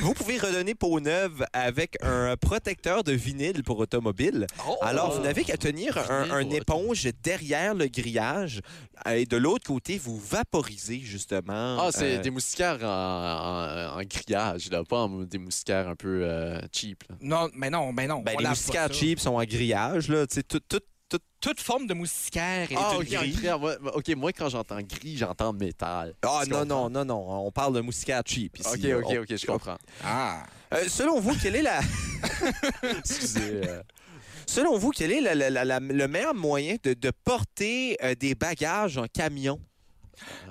Speaker 1: vous pouvez redonner peau neuve avec un protecteur de vinyle pour automobile.
Speaker 3: Oh!
Speaker 1: Alors, vous n'avez qu'à tenir un,
Speaker 4: Vinyle
Speaker 1: un
Speaker 4: pour
Speaker 1: éponge derrière le grillage euh, et de l'autre côté, vous vaporisez justement.
Speaker 4: Ah, c'est
Speaker 1: euh,
Speaker 4: des moustiquaires en, en- en grillage, là, pas en- des moustiquaires un peu euh, cheap. là.
Speaker 3: Non, mais non, mais non.
Speaker 1: ben,
Speaker 3: on
Speaker 1: les
Speaker 3: lave pas
Speaker 1: moustiquaires
Speaker 3: ça.
Speaker 1: cheap sont en grillage, là. Tu sais, tout, tout-
Speaker 3: Toute forme de moustiquaire est
Speaker 1: Ah,
Speaker 3: une
Speaker 1: ok,
Speaker 3: grille.
Speaker 4: Grillage, moi- moi- ok, moi, quand j'entends gris, j'entends métal.
Speaker 1: Ah,
Speaker 4: Tu
Speaker 1: non, non,
Speaker 4: comprends?
Speaker 1: non, non. On parle de moustiquaires cheap ici.
Speaker 4: Ok,
Speaker 1: là.
Speaker 4: ok,
Speaker 1: On-
Speaker 4: ok, je comprends.
Speaker 3: Ah.
Speaker 1: Euh, selon vous, quelle est la. [laughs]
Speaker 4: Excusez. euh,
Speaker 1: Selon vous, quel est la- la- la- la- le meilleur moyen de, de porter euh, des bagages en camion?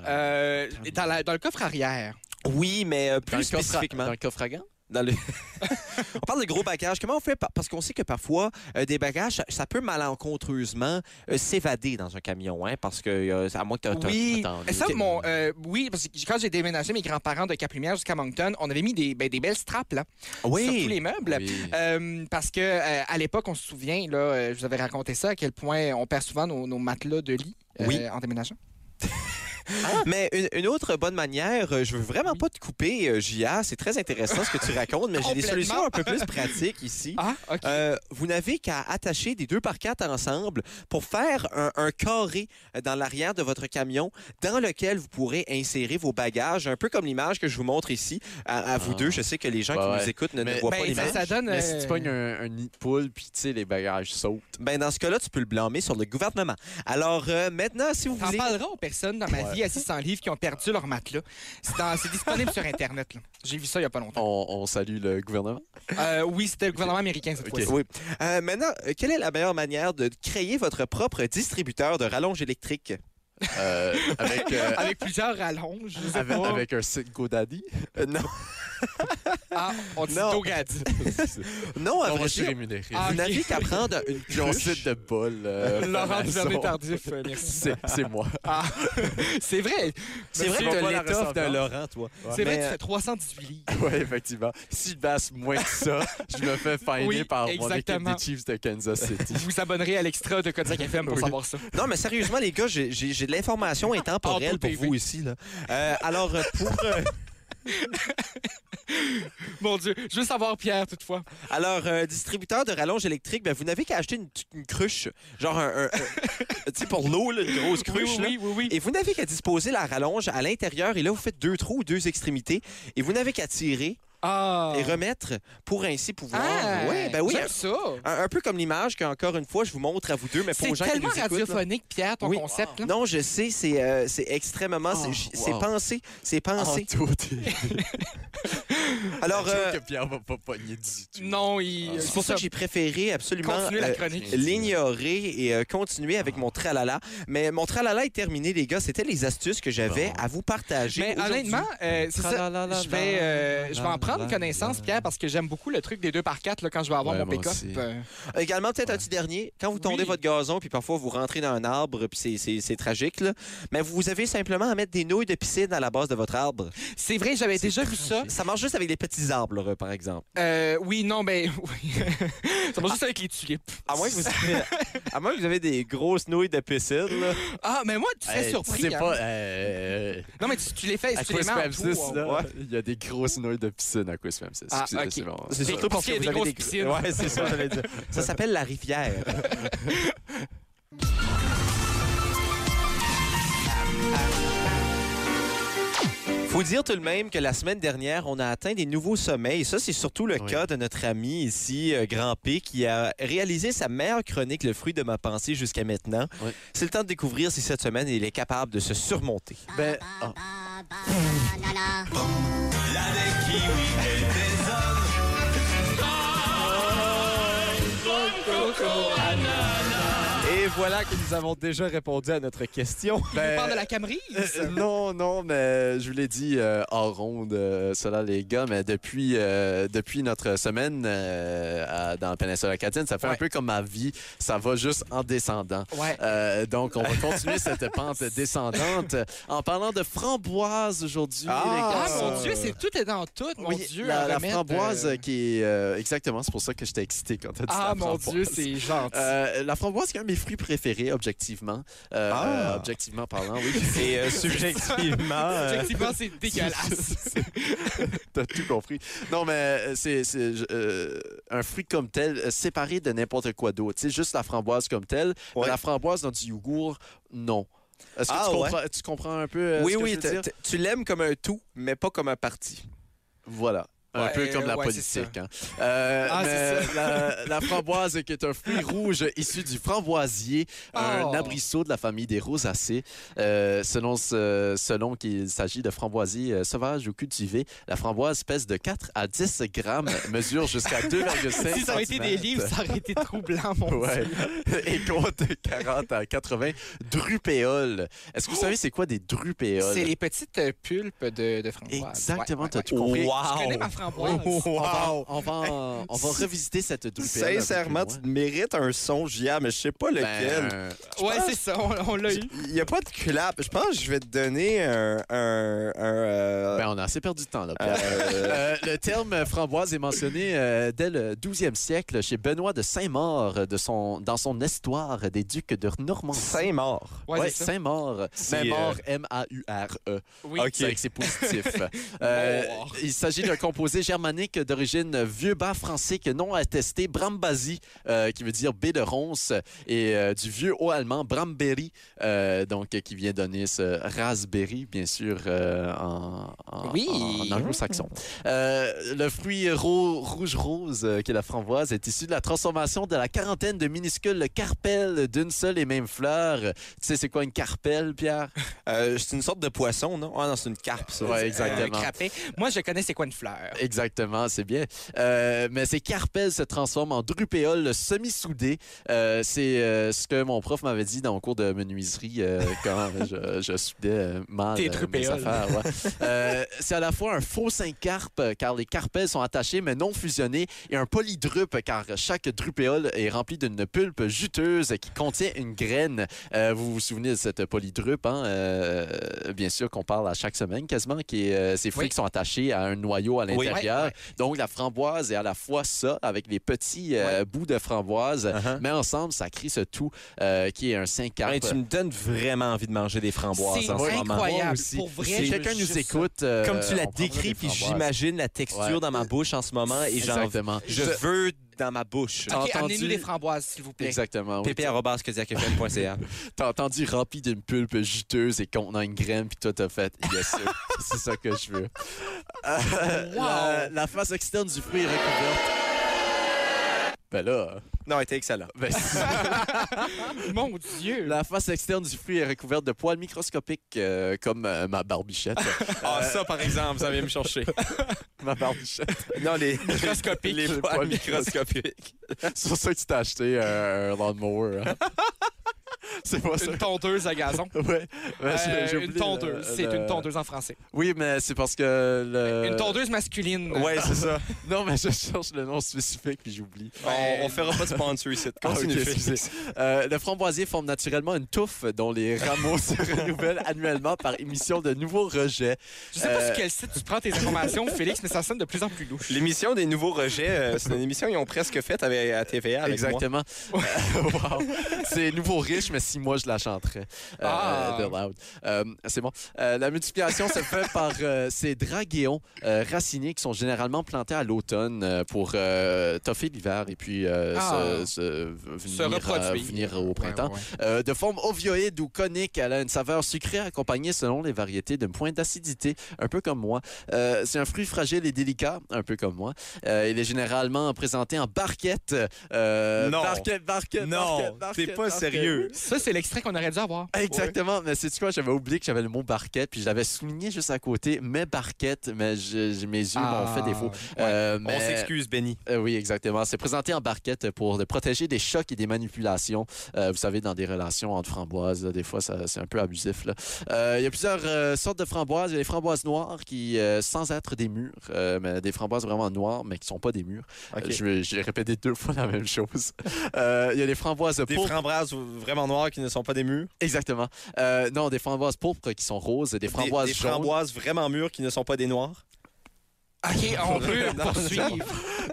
Speaker 4: Ah.
Speaker 3: Euh, dans, la- dans le coffre arrière.
Speaker 1: Oui, mais euh,
Speaker 4: dans
Speaker 1: plus
Speaker 4: le coffre à-
Speaker 1: spécifiquement.
Speaker 4: Dans le coffre à gants?
Speaker 1: Dans le- [laughs] on parle de gros bagages. Comment on fait? par- Parce qu'on sait que parfois, euh, des bagages, ça, ça peut malencontreusement euh, s'évader dans un camion, hein, parce que, euh, à moins que tu
Speaker 3: Oui,
Speaker 4: attends,
Speaker 3: ça,
Speaker 4: ok.
Speaker 3: mon, euh, oui, parce que quand j'ai déménagé mes grands-parents de Cap-Lumière jusqu'à Moncton, on avait mis des, ben, des belles straps là, sur tous les meubles.
Speaker 4: Oui.
Speaker 3: Euh, parce que euh, à l'époque, on se souvient, là, euh, je vous avais raconté ça, à quel point on perd souvent nos, nos matelas de lit euh,
Speaker 1: Oui.
Speaker 3: en déménageant.
Speaker 1: [laughs] Mais une, une autre bonne manière, euh, je veux vraiment pas te couper, euh, J.A., c'est très intéressant ce que tu racontes, mais j'ai des
Speaker 3: Complètement.
Speaker 1: solutions un peu plus pratiques ici.
Speaker 3: Ah, OK.
Speaker 1: Euh, vous n'avez qu'à attacher des deux par quatre ensemble pour faire un, un carré euh, dans l'arrière de votre camion dans lequel vous pourrez insérer vos bagages, un peu comme l'image que je vous montre ici à, à vous
Speaker 4: Ah.
Speaker 1: deux. Je sais que les gens
Speaker 4: Ouais,
Speaker 1: qui
Speaker 4: ouais.
Speaker 1: nous écoutent ne, ne
Speaker 4: Mais-
Speaker 1: voient
Speaker 3: Ben,
Speaker 1: pas
Speaker 3: ça,
Speaker 1: l'image.
Speaker 3: ça donne.
Speaker 4: Mais si
Speaker 3: euh,
Speaker 4: tu pognes un, un nid de poule, puis tu sais, les bagages sautent.
Speaker 1: Ben, dans ce cas-là, tu peux le blâmer sur le gouvernement. Alors euh, maintenant, si vous
Speaker 3: T'en
Speaker 1: voulez...
Speaker 3: parleras aux personnes dans ma
Speaker 4: Ouais.
Speaker 3: vie à 600 livres qui ont perdu leur matelas. C'est dans- C'est disponible sur Internet. là. J'ai vu ça il n'y a pas longtemps.
Speaker 4: On, on salue le gouvernement.
Speaker 1: Oh.
Speaker 3: Euh, oui, c'était le gouvernement américain cette fois-ci.
Speaker 1: Oui. Euh, maintenant, euh, quelle est la meilleure manière de créer votre propre distributeur de rallonge électrique?
Speaker 4: Euh, avec, euh,
Speaker 3: Avec plusieurs rallonges. je sais
Speaker 4: avec,
Speaker 3: pas.
Speaker 4: avec un site GoDaddy.
Speaker 1: Euh, non.
Speaker 3: Ah, on dit
Speaker 1: Non. Euh,
Speaker 3: Dogadi.
Speaker 1: non, à
Speaker 4: on va
Speaker 1: vrai
Speaker 4: se
Speaker 1: dire,
Speaker 4: rémunérer.
Speaker 3: Ah,
Speaker 1: vous n'avez qu'à prendre
Speaker 3: [laughs]
Speaker 1: une
Speaker 4: J'ai un
Speaker 1: cruche.
Speaker 4: site de bol. euh,
Speaker 3: Laurent
Speaker 4: maison.
Speaker 3: Duvernay Tardif, euh, merci.
Speaker 4: C'est c'est moi.
Speaker 3: Ah, c'est vrai.
Speaker 1: C'est vrai
Speaker 4: Monsieur,
Speaker 1: que
Speaker 4: on voit la
Speaker 1: t'as l'étoffe d'un
Speaker 4: ressemblance.
Speaker 1: Laurent, toi.
Speaker 3: C'est vrai
Speaker 1: hein. Mais,
Speaker 3: que tu fais 318 livres.
Speaker 4: Oui, effectivement. Si je basse moins que ça, je me fais finer
Speaker 3: Oui,
Speaker 4: par mon
Speaker 3: exactement.
Speaker 4: équipe des Chiefs de Kansas City.
Speaker 3: Vous vous abonnerez à l'extra de Kodiak FM pour
Speaker 4: Oui.
Speaker 3: savoir ça.
Speaker 1: Non, mais sérieusement, les gars, j'ai- j'ai j'ai de l'information
Speaker 3: Ah,
Speaker 1: intemporelle pour
Speaker 3: pour TV.
Speaker 1: vous ici. Là. Euh, alors, euh, pour, euh,
Speaker 3: Mon Dieu, je veux savoir, Pierre, toutefois.
Speaker 1: alors euh, distributeur de rallonge électrique, ben, vous n'avez qu'à acheter une, une cruche, genre un. un- un- [laughs] tu sais, pour l'eau, là, une grosse
Speaker 3: Oui,
Speaker 1: cruche.
Speaker 3: oui,
Speaker 1: là.
Speaker 3: oui, oui, oui.
Speaker 1: Et vous n'avez qu'à disposer la rallonge à l'intérieur. Et là, vous faites deux trous ou deux extrémités. Et vous n'avez qu'à tirer
Speaker 3: Ah.
Speaker 1: et remettre pour ainsi pouvoir.
Speaker 3: Ah,
Speaker 1: Ouais, ben oui.
Speaker 3: J'aime ça.
Speaker 1: Un, un peu comme l'image qu'encore une fois, je vous montre à vous deux, mais pour
Speaker 3: C'est
Speaker 1: les gens qui
Speaker 3: tellement
Speaker 1: nous écoutent. là.
Speaker 3: radiophonique, Pierre, ton
Speaker 1: Oui.
Speaker 3: concept. là.
Speaker 1: Non, je sais, c'est euh, c'est extrêmement.
Speaker 4: Oh,
Speaker 1: c'est- c'est
Speaker 4: wow. Ah,
Speaker 1: pensé. C'est pensé.
Speaker 4: En tout, t'es-
Speaker 1: Alors.
Speaker 4: Je
Speaker 1: euh,
Speaker 4: sais que Pierre va pas pogner du tout.
Speaker 3: Non, il.
Speaker 4: Ah,
Speaker 1: C'est pour ça que j'ai préféré absolument
Speaker 3: Continue la
Speaker 1: euh,
Speaker 3: chronique.
Speaker 1: l'ignorer et euh, continuer avec mon tralala. Mais mon tralala est terminé, les gars. C'était les astuces que j'avais
Speaker 4: Bon.
Speaker 1: à vous partager.
Speaker 3: Mais
Speaker 1: aujourd'hui.
Speaker 3: honnêtement, euh, c'est ça.
Speaker 4: Tralalala,
Speaker 3: Je vais, euh,
Speaker 4: la,
Speaker 3: je vais en
Speaker 4: la,
Speaker 3: prendre
Speaker 4: la,
Speaker 3: connaissance,
Speaker 4: la.
Speaker 3: Pierre, parce que j'aime beaucoup le truc des 2 par 4 quand je vais avoir mon
Speaker 4: Ouais, moi
Speaker 3: pick-up.
Speaker 4: aussi.
Speaker 3: Euh,
Speaker 1: également, peut-être un petit dernier. Quand vous tondez
Speaker 3: Oui.
Speaker 1: votre gazon, puis parfois vous rentrez dans un arbre, puis c'est- c'est c'est tragique, là. Mais vous avez simplement à mettre des nouilles de piscine à la base de votre arbre.
Speaker 3: C'est vrai, j'avais déjà vu ça.
Speaker 1: Ça marche juste avec des petits arbres, là, par exemple.
Speaker 3: Euh, oui, non, ben [laughs] oui. ça
Speaker 4: Ah.
Speaker 3: marche juste avec les tulipes.
Speaker 1: À moins que [laughs] vous avez, à moins que vous avez des grosses nouilles de piscine, là.
Speaker 3: Ah, mais moi, tu serais
Speaker 4: Hey,
Speaker 3: surpris.
Speaker 4: Tu sais
Speaker 3: hein.
Speaker 4: pas. euh,
Speaker 3: Non, mais tu, tu les fais,
Speaker 4: à
Speaker 3: tu les
Speaker 4: Quiz
Speaker 3: mets en
Speaker 4: Fam
Speaker 3: tout.
Speaker 4: 6,
Speaker 3: on-
Speaker 4: là,
Speaker 1: ouais.
Speaker 4: il y a des grosses nouilles de piscine à Quiz Fam 6.
Speaker 3: Ah,
Speaker 4: Excusez,
Speaker 3: ok.
Speaker 4: c'est bon.
Speaker 1: C'est
Speaker 3: surtout parce qu'il y a des grosses piscines.
Speaker 1: Ouais, c'est [laughs] ça, j'allais dire. Ça s'appelle la rivière. Vous dire tout de même que la semaine dernière, on a atteint des nouveaux sommets. Et ça, c'est surtout le
Speaker 4: Oui.
Speaker 1: cas de notre ami ici, euh, Grand P, qui a réalisé sa meilleure chronique, Le fruit de ma pensée, jusqu'à maintenant.
Speaker 4: Oui.
Speaker 1: C'est le temps de découvrir si cette semaine, il est capable de se surmonter.
Speaker 4: Ben, ah,
Speaker 1: Et voilà que nous avons déjà répondu à notre question.
Speaker 3: On
Speaker 4: ben,
Speaker 3: parle de la Camry.
Speaker 4: euh, non, non, mais je vous l'ai dit euh, en ronde, euh, cela, les gars, mais depuis, euh, depuis notre semaine euh, à- dans la péninsule acadienne, ça fait un
Speaker 3: Ouais.
Speaker 4: peu comme ma vie, ça va juste en descendant.
Speaker 3: Ouais.
Speaker 4: Euh, donc,
Speaker 3: [laughs]
Speaker 4: on va continuer cette pente descendante en parlant de framboise aujourd'hui.
Speaker 1: Ah!
Speaker 4: les
Speaker 3: Ah,
Speaker 4: gars.
Speaker 3: mon Dieu, c'est tout est dans tout, mon
Speaker 4: Oui,
Speaker 3: Dieu.
Speaker 4: la,
Speaker 3: à
Speaker 4: la
Speaker 3: remettre,
Speaker 4: framboise
Speaker 3: euh,
Speaker 4: qui est... euh, exactement, c'est pour ça que j'étais excité quand tu as dit
Speaker 3: Ah,
Speaker 4: la
Speaker 3: mon
Speaker 4: framboise.
Speaker 3: Dieu, c'est gentil.
Speaker 4: Euh, la framboise, c'est un de mes fruits préférés, objectivement. Euh,
Speaker 1: Ah.
Speaker 4: euh, objectivement parlant, oui.
Speaker 1: Et [laughs] euh, subjectivement... euh,
Speaker 3: Effectivement,
Speaker 4: [laughs]
Speaker 3: c'est dégueulasse.
Speaker 4: T'as tout compris. Non, mais euh, c'est c'est, euh, un fruit comme tel, euh, séparé de n'importe quoi d'autre. Tu sais, juste la framboise comme telle.
Speaker 1: Ouais.
Speaker 4: La framboise dans du yogourt, non. Est-ce que
Speaker 1: Ah,
Speaker 4: tu,
Speaker 1: ouais.
Speaker 4: comprends, tu comprends un peu euh,
Speaker 1: oui,
Speaker 4: ce que
Speaker 1: oui,
Speaker 4: je veux
Speaker 1: t-
Speaker 4: dire?
Speaker 1: t- tu l'aimes comme un tout, mais pas comme un parti.
Speaker 4: Voilà. Un
Speaker 3: Ouais,
Speaker 4: peu comme la
Speaker 3: ouais, c'est
Speaker 4: politique. hein. Euh,
Speaker 3: Ah,
Speaker 4: mais
Speaker 3: c'est ça.
Speaker 4: la, la framboise, qui est un fruit rouge issu du framboisier, un
Speaker 3: Oh.
Speaker 4: abrisseau de la famille des rosacées. Euh, selon ce- selon qu'il s'agit de framboisier euh, sauvage ou cultivé, la framboise pèse de 4 à 10 grammes,
Speaker 3: [laughs]
Speaker 4: mesure jusqu'à 2,5
Speaker 3: Si ça aurait été des
Speaker 4: centimètres.
Speaker 3: livres, ça aurait été troublant, mon
Speaker 4: Ouais.
Speaker 3: Dieu.
Speaker 4: Et compte 40 à 80 drupéoles. Est-ce que vous savez c'est quoi des drupéoles?
Speaker 3: Oh! C'est les petites euh, pulpes de, de framboise.
Speaker 4: Exactement,
Speaker 3: Ouais, ouais,
Speaker 4: Ah, t'as Oh, tout
Speaker 3: ouais.
Speaker 4: compris.
Speaker 3: Je connais ma framboise.
Speaker 4: On va,
Speaker 1: Wow!
Speaker 4: on va, on va revisiter cette double
Speaker 1: Sincèrement, tu mérites un son, Gia, mais je sais
Speaker 4: Ben,
Speaker 1: pas lequel.
Speaker 4: oh,
Speaker 3: Ouais, c'est ça, on, on l'a eu.
Speaker 1: Il n'y a pas de clap. Je pense que je vais te donner un. un- un, euh,
Speaker 4: Ben, on a assez perdu de temps, là. Pierre. Euh, le terme framboise est mentionné euh, dès le 12e siècle chez Benoît de Saint-Maur de son, dans son histoire des ducs de
Speaker 1: [laughs]
Speaker 4: Normandie.
Speaker 1: Saint-Mort.
Speaker 3: Ouais,
Speaker 4: Ouais,
Speaker 3: c'est ça.
Speaker 4: Saint-Maur.
Speaker 1: C'est,
Speaker 4: Saint-Maur,
Speaker 1: euh,
Speaker 4: M-A-U-R-E.
Speaker 3: Oui.
Speaker 4: C'est vrai que c'est positif. Euh,
Speaker 3: Mort.
Speaker 4: il s'agit d'un composé germanique d'origine vieux bas français que non attesté, Brambasi, euh, qui veut dire baie de ronce, et euh, du vieux haut allemand Bramberry, euh, donc euh, qui vient donner ce raspberry, bien sûr, euh, en, en-
Speaker 3: Oui.
Speaker 4: en anglo-saxon. Euh, le fruit ro- rouge-rose euh, qui est la framboise est issu de la transformation de la quarantaine de minuscules carpelles d'une seule et même fleur. Tu sais, c'est quoi une carpelle, Pierre?
Speaker 1: Euh, c'est une sorte de poisson, non? Ah non, c'est une carpe, ça.
Speaker 4: Ouais,
Speaker 3: Euh,
Speaker 4: exactement.
Speaker 3: crapet. Moi, je connais c'est quoi une fleur.
Speaker 4: Exactement, c'est bien. Euh, mais ces carpelles se transforment en drupéoles semi-soudées. Euh, c'est euh, ce que mon prof m'avait dit dans mon cours de menuiserie euh, quand je, je soudais euh, mal
Speaker 3: Tes
Speaker 4: euh, mes
Speaker 3: drupéoles.
Speaker 4: affaires, ouais. Euh, c'est à la fois un faux syncarpe, euh, car les carpelles sont attachées mais non fusionnées, et un polydrupe, car chaque drupéole est rempli d'une pulpe juteuse qui contient une graine. Euh, vous vous souvenez de cette polydrupe, hein, euh, bien sûr qu'on parle à chaque semaine quasiment, qui est, euh, ces fruits
Speaker 3: Oui.
Speaker 4: qui sont attachés à un noyau à
Speaker 1: Oui.
Speaker 4: l'intérieur.
Speaker 3: Ouais, ouais.
Speaker 4: Donc la framboise est à la fois ça, avec les petits euh, bouts de framboise,
Speaker 1: Uh-huh.
Speaker 4: mais ensemble, ça crée ce tout euh, qui est un syncarpe.
Speaker 1: Hey, tu me donnes vraiment envie de manger des framboises
Speaker 3: C'est
Speaker 1: en ce moment.
Speaker 4: Moi
Speaker 3: incroyable.
Speaker 4: aussi.
Speaker 3: Pour vrai,
Speaker 4: si
Speaker 3: je
Speaker 4: quelqu'un
Speaker 3: veux
Speaker 4: nous
Speaker 3: juste ça.
Speaker 4: écoute, euh,
Speaker 1: Comme tu la
Speaker 4: on prendra des
Speaker 1: décris, puis
Speaker 4: framboises.
Speaker 1: j'imagine la texture
Speaker 4: Ouais.
Speaker 1: dans ma bouche en ce moment et j'en
Speaker 4: Exactement.
Speaker 1: je veux dans ma bouche.
Speaker 4: T'as
Speaker 3: Ok,
Speaker 4: entendu-
Speaker 3: amenez-nous des framboises, s'il vous plaît.
Speaker 4: Exactement. oui.
Speaker 1: pp.kodiakfm.ca.
Speaker 4: T'as entendu rempli d'une pulpe juteuse et contenant une graine, puis toi, t'as fait Yes, [laughs] sir. c'est ça que je veux. Euh, la, la face externe du fruit est recouverte. Ben là,
Speaker 1: non, était excellent.
Speaker 4: ben, c'est-
Speaker 3: Mon Dieu.
Speaker 4: la face externe du fruit est recouverte de poils microscopiques euh, comme euh, ma barbichette.
Speaker 1: Ah, ça, par exemple, ça vient me chercher.
Speaker 4: [laughs] ma barbichette.
Speaker 1: non, les.
Speaker 4: Microscopique.
Speaker 1: Les
Speaker 4: Le
Speaker 1: poils
Speaker 4: poil
Speaker 1: microscopiques.
Speaker 4: C'est pour ça que tu t'es acheté euh, un lawnmower. hein. C'est pas ça.
Speaker 3: Une tondeuse à gazon.
Speaker 4: Ouais. [laughs] Ouais, j'ai-
Speaker 3: Euh,
Speaker 4: j'ai
Speaker 3: une
Speaker 4: oublié
Speaker 3: tondeuse.
Speaker 4: le-
Speaker 3: C'est
Speaker 4: le- Euh,
Speaker 3: une tondeuse en français.
Speaker 4: Oui, mais c'est parce que. le-
Speaker 3: Une tondeuse masculine.
Speaker 1: Ouais, c'est ça.
Speaker 4: Non, mais je cherche le nom spécifique puis j'oublie.
Speaker 1: [laughs] On, on fera pas de sponsor ici.
Speaker 4: Ah, ok,
Speaker 1: Continue, Félix.
Speaker 4: excusez. Euh, le framboisier forme naturellement une touffe dont les rameaux [laughs] se renouvellent annuellement par émission de nouveaux rejets.
Speaker 3: Je sais pas
Speaker 4: Euh,
Speaker 3: sur quel site tu prends tes
Speaker 4: [laughs]
Speaker 3: informations, Félix, mais ça sonne de plus en plus louche.
Speaker 1: L'émission des nouveaux rejets, euh, c'est
Speaker 3: [laughs]
Speaker 1: une émission qu'ils ont presque faite avec- à TVA avec moi.
Speaker 4: Exactement. Wow. Euh, C'est nouveau riche, mais si puis moi, je la chanterais. Euh,
Speaker 3: Ah.
Speaker 4: de loud. Euh, c'est bon. Euh, la multiplication se fait [laughs] par euh, ces draguéons euh, raciniers qui sont généralement plantés à l'automne euh, pour euh, toffer l'hiver et puis euh,
Speaker 3: Ah.
Speaker 4: se, se-
Speaker 3: Se
Speaker 4: venir, euh,
Speaker 3: reproduire.
Speaker 4: venir au printemps.
Speaker 3: Ouais, ouais, ouais.
Speaker 4: Euh, de forme ovioïde ou conique, elle a une saveur sucrée accompagnée selon les variétés d'un point d'acidité, un peu comme moi. Euh, c'est un fruit fragile et délicat, un peu comme moi. Euh, il est généralement présenté en barquette. Euh,
Speaker 1: Non.
Speaker 4: Barquette, barquette, barquette,
Speaker 1: Non, t'es
Speaker 4: barquette,
Speaker 1: pas
Speaker 4: barquette.
Speaker 1: sérieux.
Speaker 3: Ça, c'est l'extrait qu'on aurait dû avoir.
Speaker 4: [laughs] Exactement, mais c'est quoi, j'avais oublié que j'avais le mot barquette, puis je l'avais souligné juste à côté, mais barquette, mais je- je- mes yeux m'ont fait défaut. Euh,
Speaker 1: Ah, On
Speaker 4: mais-
Speaker 1: s'excuse, Benny.
Speaker 4: euh, oui, exactement. C'est présenté en barquette pour le protéger des chocs et des manipulations. Euh, vous savez, dans des relations entre framboises, là, des fois, ça- c'est un peu abusif. là. Euh, Il y a plusieurs euh, sortes de framboises. Il y a les framboises noires qui, euh, sans être des murs, euh, mais des framboises vraiment noires, mais qui sont pas des murs. Euh, je vais- J'ai répété deux fois la même chose. [laughs] Euh, Il y a les framboises
Speaker 1: Des
Speaker 4: pourpres.
Speaker 1: framboises vraiment noires qui ne sont pas des murs.
Speaker 4: Exactement. Euh, non, des framboises pourpres qui sont roses, des
Speaker 1: Des,
Speaker 4: framboises
Speaker 1: des
Speaker 4: jaunes.
Speaker 1: framboises vraiment mûres qui ne sont pas des noirs.
Speaker 3: Ah. OK,
Speaker 4: [laughs]
Speaker 3: on peut
Speaker 1: Non,
Speaker 3: poursuivre.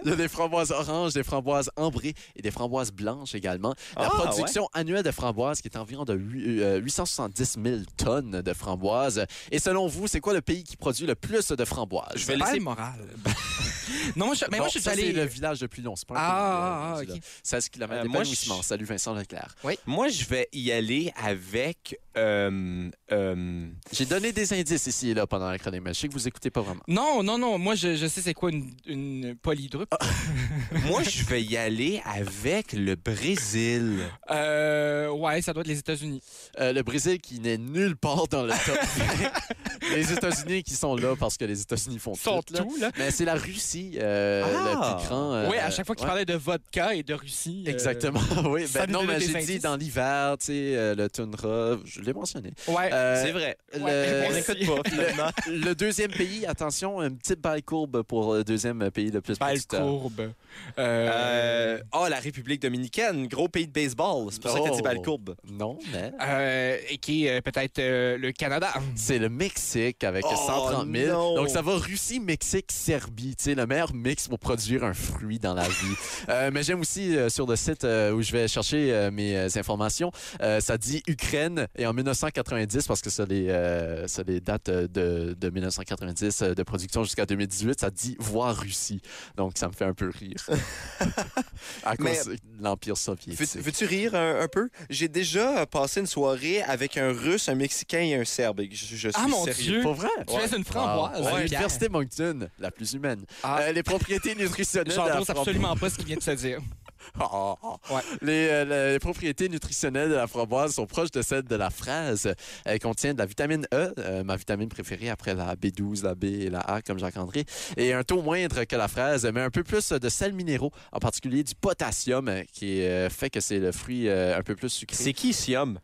Speaker 4: Il y a [laughs] des framboises oranges, des framboises ambrées et des framboises blanches également. La
Speaker 1: Ah,
Speaker 4: production annuelle de framboises qui est environ de huit- euh, 870 000 tonnes de framboises. Et selon vous, c'est quoi le pays qui produit le plus de framboises?
Speaker 1: Je vais
Speaker 3: Pas
Speaker 1: laisser-
Speaker 3: le moral. [laughs] non, moi, je, Ah, mais
Speaker 4: Non,
Speaker 3: moi, je suis
Speaker 4: ça, c'est
Speaker 3: allé...
Speaker 4: le village le plus long. C'est pas un
Speaker 3: Ah,
Speaker 4: pays, euh,
Speaker 3: ah,
Speaker 4: rendu
Speaker 3: ok.
Speaker 4: là. 16 km
Speaker 1: Euh, moi,
Speaker 4: d'épanouissement.
Speaker 1: je-
Speaker 4: Salut Vincent Leclerc.
Speaker 1: Moi, je vais y aller avec. euh, euh,
Speaker 4: J'ai donné des indices ici et là pendant la chronique, mais je sais que vous écoutez pas vraiment.
Speaker 3: Non, non, non. Moi, je, je sais c'est quoi une, une polydrupe.
Speaker 1: moi, je vais y aller avec le Brésil.
Speaker 3: Euh, ouais, ça doit être les États-Unis.
Speaker 4: Euh, le Brésil qui n'est nulle part dans le top.
Speaker 1: [laughs]
Speaker 4: les États-Unis qui sont là parce que les États-Unis font
Speaker 3: Sont
Speaker 4: tout. là.
Speaker 3: tout, là.
Speaker 4: Mais c'est la Russie, euh,
Speaker 1: Ah!
Speaker 4: le plus grand. euh,
Speaker 3: oui, à chaque fois qu'il
Speaker 4: ouais.
Speaker 3: parlait de vodka et de Russie. euh,
Speaker 4: Exactement, [laughs] oui.
Speaker 3: ça
Speaker 4: Ben
Speaker 3: nous
Speaker 4: non,
Speaker 3: donnait
Speaker 4: mais
Speaker 3: des
Speaker 4: j'ai
Speaker 3: indices.
Speaker 4: dit dans l'hiver, tu sais, euh, le toundra, je l'ai mentionné.
Speaker 3: Ouais.
Speaker 4: Euh,
Speaker 1: C'est vrai.
Speaker 4: le-
Speaker 3: Eh, ouais,
Speaker 1: On [laughs]
Speaker 3: Merci.
Speaker 1: n'écoute pas, finalement.
Speaker 4: [laughs] Le deuxième pays, attention, une petite balle courbe pour le deuxième pays le plus euh,
Speaker 3: Pas le
Speaker 4: producteur.
Speaker 3: courbe. Euh,
Speaker 1: Euh, oh, la République dominicaine, gros pays de baseball. C'est pour ça que t'as dit
Speaker 4: Oh.
Speaker 1: Balcourbe.
Speaker 4: Non, mais
Speaker 3: euh, et qui est peut-être euh, le Canada.
Speaker 4: c'est le Mexique avec
Speaker 1: Oh,
Speaker 4: 130 000.
Speaker 1: non.
Speaker 4: Donc ça va Russie, Mexique, Serbie. Tu sais, le meilleur mix pour produire un fruit dans
Speaker 1: [laughs]
Speaker 4: la vie. Euh, mais j'aime aussi euh, sur le site euh, où je vais chercher euh, mes euh, informations, euh, ça dit Ukraine et en 1990 parce que ça les, euh, ça les dates euh, de, de 1990 euh, de production jusqu'à 2018, ça dit voir Russie. Donc ça me fait un peu
Speaker 1: [laughs]
Speaker 4: rire. à cause
Speaker 1: Mais-
Speaker 4: de l'Empire soviétique.
Speaker 1: Veux- Veux-tu rire un, un peu? J'ai déjà passé une soirée avec un Russe, un Mexicain et un Serbe. Je, je suis
Speaker 3: Ah, mon
Speaker 1: sérieux.
Speaker 3: Dieu!
Speaker 4: Pour vrai?
Speaker 3: Tu es une framboise.
Speaker 4: Wow. À
Speaker 3: Ouais.
Speaker 4: l'université Moncton, la plus humaine.
Speaker 3: Ah.
Speaker 4: Euh, les propriétés nutritionnelles. de la
Speaker 3: J'endose
Speaker 4: framboise-
Speaker 3: absolument pas ce qu'il vient de se dire.
Speaker 4: [laughs] Ah, ah, ah.
Speaker 3: Ouais.
Speaker 4: Les, euh, les propriétés nutritionnelles de la framboise sont proches de celles de la fraise. Elle contient de la vitamine E, euh, ma vitamine préférée après la B12, la B et la A, comme Jacques-André, et un taux moindre que la fraise, mais un peu plus de sels minéraux, en particulier du potassium, euh, qui euh, fait que c'est le fruit euh, un peu plus sucré.
Speaker 1: C'est qui, Siom?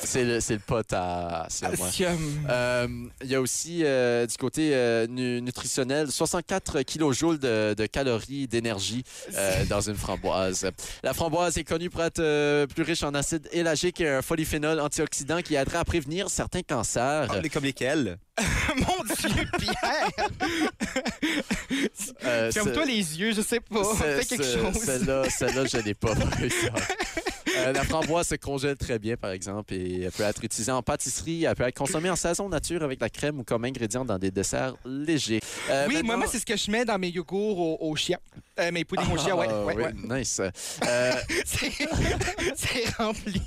Speaker 4: C'est le, c'est le potassium.
Speaker 3: Ah,
Speaker 4: ouais. [laughs]
Speaker 3: Calcium.
Speaker 4: Euh, Il y a aussi euh, du côté euh, nu- nutritionnel 64 kilojoules de, de calories d'énergie euh, dans une framboise. La framboise est connue pour être euh, plus riche en acides élagiques et un polyphénol antioxydant qui aidera à prévenir certains cancers.
Speaker 1: Ah, mais comme lesquels?
Speaker 3: [laughs] Mon Dieu, Pierre!
Speaker 4: Euh,
Speaker 3: Ferme-toi
Speaker 4: ce-
Speaker 3: les yeux, je sais pas.
Speaker 4: ce-
Speaker 3: Fais quelque
Speaker 4: ce-
Speaker 3: chose.
Speaker 4: Celle-là, celle-là, je l'ai
Speaker 3: [laughs]
Speaker 4: pas. par exemple. Euh, la framboise se congèle très bien, par exemple, et elle peut être utilisée en pâtisserie, elle peut être consommée en saison nature avec la crème ou comme ingrédient dans des desserts légers. Euh,
Speaker 3: Oui, moi,
Speaker 4: maintenant-
Speaker 3: moi c'est ce que je mets dans mes yogourts au, au chien. Euh, mes poudings au chien, ouais.
Speaker 4: Ah,
Speaker 3: ouais,
Speaker 4: oui,
Speaker 3: ouais. [laughs]
Speaker 4: Nice. Euh,
Speaker 3: C'est c'est
Speaker 4: [laughs]
Speaker 3: rempli.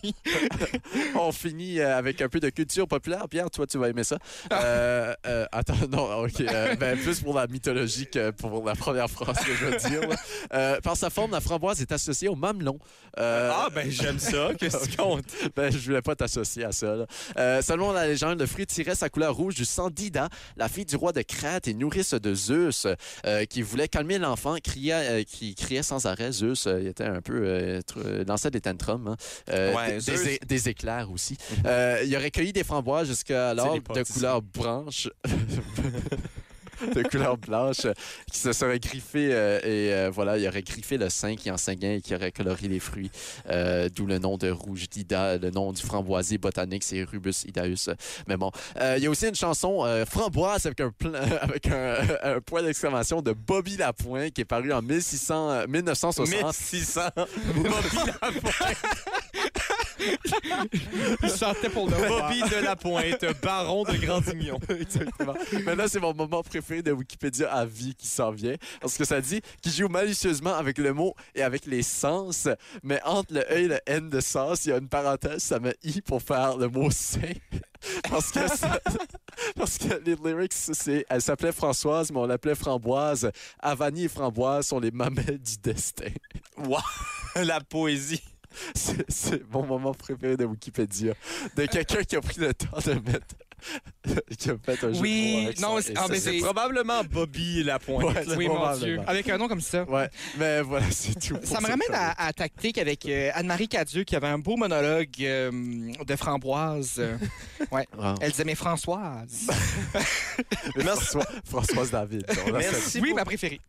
Speaker 4: on finit euh, avec un peu de culture populaire. Pierre, toi, tu vas aimer ça. Euh, euh, attends, non, OK. euh, ben, plus pour la mythologie que pour la première phrase que je veux dire. là. Euh, par sa forme, la framboise est associée au mamelon. Euh,
Speaker 1: ben j'aime
Speaker 4: [laughs]
Speaker 1: ça. Qu'est-ce qu'on
Speaker 4: compte. Ben, je voulais pas t'associer à ça. là. Euh, selon la légende, le fruit tirait sa couleur rouge du sang d'Ida, la fille du roi de Crète et nourrice de Zeus, euh, qui voulait calmer l'enfant, criait, euh, qui criait sans arrêt. Zeus, euh, il était un peu euh, tr- euh, lançait des tantrums, hein. Euh,
Speaker 1: Ouais,
Speaker 4: des- des,
Speaker 1: Zeus.
Speaker 4: é- des éclairs aussi. Euh, il aurait cueilli des framboises jusqu'alors
Speaker 1: les
Speaker 4: de
Speaker 1: pâtisseries.
Speaker 4: couleur branche. [laughs] de couleur blanche euh, qui se serait griffé euh, et euh, voilà il aurait griffé le sein qui enseignait et qui aurait coloré les fruits euh, d'où le nom de rouge d'Ida le nom du framboisier botanique c'est Rubus idaeus mais bon Euh, il y a aussi une chanson euh, framboise avec un plein- [laughs] avec un, un point d'exclamation de Bobby Lapointe qui est
Speaker 1: [laughs]
Speaker 4: paru en 1600 euh, 1960
Speaker 1: 600.
Speaker 3: Il sortait pour le
Speaker 4: hein.
Speaker 3: voir.
Speaker 7: Bobby de la Pointe, baron de Grandignon.
Speaker 4: [laughs] Exactement. Mais là, c'est mon moment préféré de Wikipédia à vie qui s'en vient. Parce que ça dit qui joue malicieusement avec le mot et avec les sens. Mais entre le E et le N de sens, il y a une parenthèse, ça met I pour faire le mot C. [laughs] Parce que, ça- [laughs] parce que les lyrics, c'est, elle s'appelait Françoise, mais on l'appelait Framboise. Avani et Framboise sont les mamelles du destin.
Speaker 7: Wow, la poésie.
Speaker 4: C'est, c'est mon moment préféré de Wikipédia. De quelqu'un qui a pris le temps de mettre. [laughs] qui a fait un jeu de
Speaker 3: Oui,
Speaker 4: mots avec
Speaker 3: non,
Speaker 4: son
Speaker 3: c'est-
Speaker 4: et
Speaker 3: ah,
Speaker 4: sa-
Speaker 3: mais c'est-
Speaker 7: Probablement Bobby la Pointe.
Speaker 4: Ouais,
Speaker 3: Oui, mon
Speaker 4: probablement.
Speaker 3: Dieu. Avec un nom comme ça.
Speaker 4: Ouais, mais voilà, c'est tout. pour
Speaker 3: Ça me
Speaker 4: cette
Speaker 3: ramène
Speaker 4: chronique.
Speaker 3: à, à Tactique avec euh, Anne-Marie Cadieux qui avait un beau monologue euh, de
Speaker 4: [laughs]
Speaker 3: framboise. Euh,
Speaker 4: Wow.
Speaker 3: Elle disait Mais Françoise.
Speaker 4: Mais François- Françoise [laughs] David. on l'a fait.
Speaker 1: Merci,
Speaker 3: oui, ben-
Speaker 1: beau-
Speaker 3: ma préférée.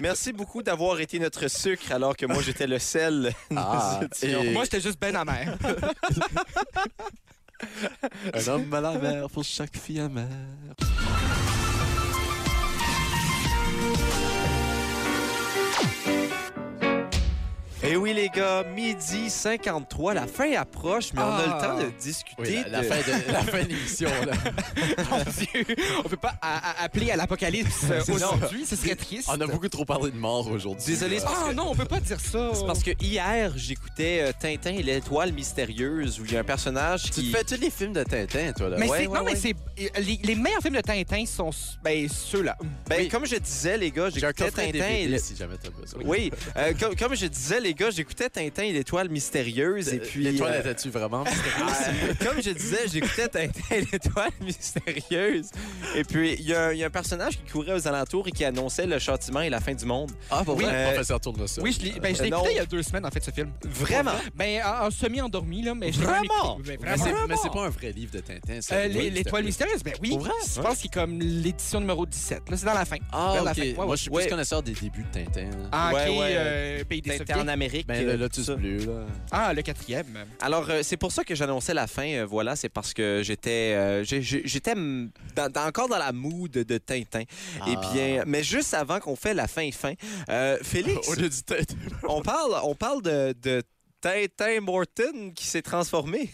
Speaker 1: merci beaucoup d'avoir été notre sucre alors que moi j'étais le sel. Nous
Speaker 4: Ah,
Speaker 1: étions-
Speaker 4: Et-
Speaker 3: Moi, j'étais juste ben amère.
Speaker 4: Un homme à la mer pour chaque fille amère.
Speaker 1: [laughs] Eh oui les gars, midi 53, la fin approche, mais on a le
Speaker 3: Ah.
Speaker 1: temps de discuter de-
Speaker 4: de la fin de l'émission. [laughs] Là.
Speaker 3: Mon Dieu. On peut pas a- a- appeler
Speaker 1: [laughs]
Speaker 3: à l'apocalypse euh,
Speaker 4: C'est ça.
Speaker 3: aujourd'hui, ce serait triste.
Speaker 4: On a beaucoup trop parlé de mort aujourd'hui.
Speaker 1: Désolé, c'est parce
Speaker 3: Ah
Speaker 1: que-
Speaker 3: non, on peut pas dire ça.
Speaker 1: c'est parce que hier, j'écoutais euh, Tintin et l'étoile mystérieuse où il y a un personnage
Speaker 4: Tu
Speaker 1: qui
Speaker 4: te fais tous les films de Tintin, toi. Là.
Speaker 3: Mais
Speaker 1: Ouais,
Speaker 3: c'est-
Speaker 1: ouais,
Speaker 3: non,
Speaker 1: ouais.
Speaker 3: mais c'est. euh, Les, les meilleurs films de Tintin sont ben, ceux-là.
Speaker 1: Ben,
Speaker 4: Oui.
Speaker 1: comme je disais, les gars,
Speaker 4: J'ai un
Speaker 1: j'écoutais
Speaker 4: coffret
Speaker 1: Tintin
Speaker 4: DVD,
Speaker 1: et le-
Speaker 4: si jamais t'as besoin.
Speaker 1: Oui, euh, comme, comme je disais, les gars, j'écoutais Tintin et l'étoile mystérieuse. Et puis,
Speaker 4: Et toi,
Speaker 1: euh,
Speaker 4: étais-tu vraiment?
Speaker 1: euh, [laughs] comme je disais, j'écoutais Tintin et l'étoile [laughs] mystérieuse. Et puis, il y, a un- il y a un personnage qui courait aux alentours et qui annonçait le châtiment et la fin du monde.
Speaker 4: Ah, pour
Speaker 1: oui,
Speaker 4: vrai?
Speaker 1: euh,
Speaker 4: Professeur Tournesol.
Speaker 3: Oui, je l'ai ben, je
Speaker 4: Euh,
Speaker 3: l'ai
Speaker 1: non.
Speaker 3: écouté il y a deux semaines, en fait, ce film.
Speaker 1: Vraiment?
Speaker 3: Ben, en, en semi-endormi, là, mais je l'ai quand même
Speaker 1: Vraiment?
Speaker 3: écouté. Ben,
Speaker 4: Mais
Speaker 3: vraiment.
Speaker 4: c'est- mais c'est pas un vrai livre de Tintin. c'est
Speaker 3: Euh,
Speaker 4: une
Speaker 3: les-
Speaker 4: web
Speaker 3: L'étoile
Speaker 4: série.
Speaker 3: mystérieuse, ben oui.
Speaker 4: Pour vrai?
Speaker 3: Je pense qu'il est comme l'édition numéro 17. Là, c'est dans la fin.
Speaker 4: Ah,
Speaker 3: Vers la
Speaker 4: ok.
Speaker 3: fin. Ouais,
Speaker 4: Moi,
Speaker 3: ouais.
Speaker 4: je suis
Speaker 1: Ouais.
Speaker 4: plus connaisseur des débuts de Tintin. là.
Speaker 3: Ah, ok,
Speaker 1: Ouais, ouais,
Speaker 3: euh, pays des
Speaker 1: Tintin en
Speaker 3: Soviets.
Speaker 1: Amérique.
Speaker 4: Ben,
Speaker 1: euh,
Speaker 4: le
Speaker 1: tout
Speaker 4: Lotus
Speaker 1: ça.
Speaker 4: Bleu, là.
Speaker 3: Ah, le quatrième.
Speaker 1: Alors, euh, c'est pour ça que j'annonçais la fin, euh, voilà, c'est parce que j'étais euh, j'ai- j'ai- j'étais mm, dans- dans- encore dans la mood de Tintin. Eh
Speaker 4: Ah.
Speaker 1: bien, mais juste avant qu'on fait la fin fin, euh, Félix,
Speaker 4: [laughs] Au lieu du Tintin.
Speaker 1: on parle, on parle de, de Tintin Morton qui s'est transformé.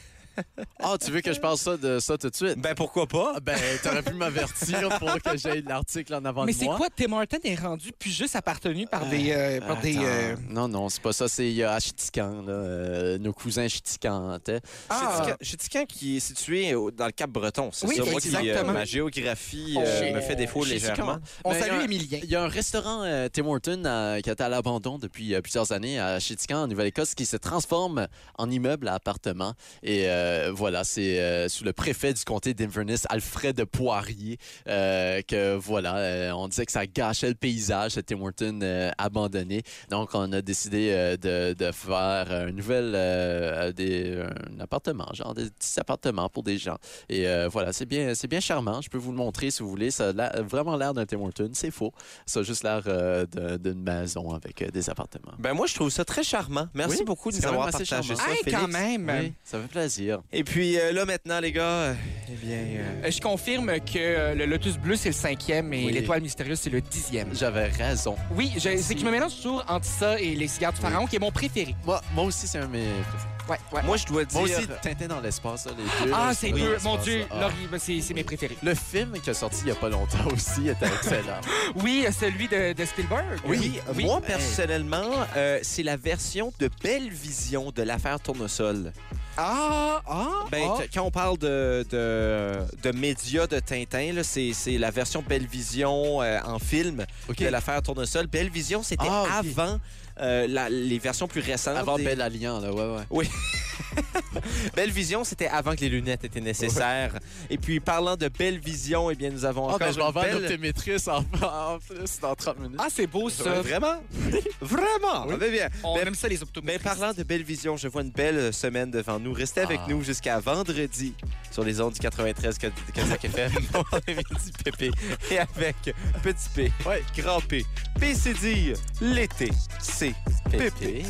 Speaker 4: Ah, tu veux que je parle ça de ça tout de suite?
Speaker 1: Ben, pourquoi pas?
Speaker 4: Ah, Ben, t'aurais pu m'avertir pour que j'aille l'article en avant
Speaker 3: Mais
Speaker 4: de
Speaker 3: c'est
Speaker 4: moi.
Speaker 3: quoi, Tim Horton est rendu puis juste appartenu par des. euh, par des
Speaker 4: Attends.
Speaker 3: euh,
Speaker 4: Non, non, c'est pas ça. C'est euh, à Chitican, là, euh, nos cousins Chitican. t'es.
Speaker 3: Ah,
Speaker 1: Chitican- Chitican qui est situé au- dans le Cap-Breton, c'est
Speaker 3: Oui,
Speaker 1: ça? Moi qui, euh,
Speaker 3: exactement.
Speaker 1: ma géographie
Speaker 3: Oh.
Speaker 1: euh, me fait défaut
Speaker 4: Chitican.
Speaker 1: légèrement. euh,
Speaker 3: on
Speaker 4: Mais il y
Speaker 3: salue
Speaker 4: a-
Speaker 3: Émilien.
Speaker 4: Il y a un restaurant euh, Tim Horton euh, qui est à l'abandon depuis euh, plusieurs années à Chitican, en Nouvelle-Écosse, qui se transforme en immeuble à appartements. Et euh, voilà, c'est euh, sous le préfet du comté d'Inverness, Alfred de Poirier, euh, que voilà, euh, on disait que ça gâchait le paysage, ce Tim Horton euh, abandonné. Donc, on a décidé euh, de, de faire un nouvel euh, des, un appartement, genre des petits appartements pour des gens. Et euh, voilà, c'est bien, c'est bien charmant. Je peux vous le montrer si vous voulez. Ça a l'air- vraiment l'air d'un Tim Horton. C'est faux. Ça a juste l'air euh, d'un- d'une maison avec euh, des appartements.
Speaker 1: Ben, moi, je trouve ça très charmant. Merci
Speaker 4: Oui,
Speaker 1: beaucoup de
Speaker 4: c'est
Speaker 1: nous
Speaker 4: quand
Speaker 1: avoir
Speaker 4: même assez
Speaker 1: partagé ça,
Speaker 4: charmant.
Speaker 3: Hey,
Speaker 1: Félix.
Speaker 3: quand même!
Speaker 4: Oui, ça fait plaisir.
Speaker 1: Et puis, euh, là, maintenant, les gars, euh, eh bien... euh,
Speaker 3: Euh, Je confirme que euh, le Lotus Bleu, c'est le cinquième et
Speaker 4: Oui.
Speaker 3: l'étoile mystérieuse, c'est le dixième.
Speaker 4: J'avais raison.
Speaker 3: Oui, je- c'est qui me mélange toujours entre ça et les cigares du pharaon, qui est mon préféré.
Speaker 4: Moi, moi aussi, c'est un de mes préférés.
Speaker 3: Ouais, ouais.
Speaker 1: Moi, je dois dire...
Speaker 4: Moi aussi, Tintin dans l'espace, là, les deux. là,
Speaker 3: ah,
Speaker 4: je
Speaker 3: c'est
Speaker 4: trouve
Speaker 3: deux.
Speaker 4: dans
Speaker 3: Mon
Speaker 4: l'espace,
Speaker 3: Dieu,
Speaker 4: là. Ah.
Speaker 3: Laurie, ben, c'est c'est mes préférés.
Speaker 4: Le film qui a sorti il n'y a pas longtemps aussi était excellent.
Speaker 3: Oui, euh, celui de, de Spielberg.
Speaker 1: Oui,
Speaker 3: oui.
Speaker 1: moi personnellement, euh, c'est la version de Belle Vision de l'affaire Tournesol.
Speaker 3: Ah, ah,
Speaker 1: Ben,
Speaker 3: ah.
Speaker 1: qu- Quand on parle de, de, de médias de Tintin, là, c'est, c'est la version Belle Vision euh, en film
Speaker 4: OK.
Speaker 1: de l'affaire Tournesol. Belle Vision, c'était
Speaker 4: Ah, OK.
Speaker 1: avant euh, la- les versions plus récentes.
Speaker 4: Avant
Speaker 1: des-
Speaker 4: Belle Alliance, là, ouais, ouais.
Speaker 1: Belle Vision, c'était avant que les lunettes étaient nécessaires. Et puis, parlant de Belle Vision, eh bien, nous avons
Speaker 4: Ah,
Speaker 1: encore
Speaker 4: ben, je vais
Speaker 1: une
Speaker 4: en vendre
Speaker 1: belle-
Speaker 4: l'optométrice en, [laughs] en plus dans 30 minutes.
Speaker 3: Ah, c'est beau ça.
Speaker 1: Vraiment? [laughs] Vraiment?
Speaker 4: Oui.
Speaker 1: Ah, ben, bien.
Speaker 3: On
Speaker 1: Ben,
Speaker 3: aime ça, les
Speaker 1: Mais
Speaker 3: optométristes.
Speaker 1: parlant de belle vision, je vois une belle euh, semaine devant nous. Restez avec
Speaker 4: Ah.
Speaker 1: nous jusqu'à vendredi sur les ondes du 93 Kod- Kodiak FM. On est Midi Pépé et avec Petit P, Grand P, PCD, l'été, c'est Pépé.
Speaker 4: Pépé.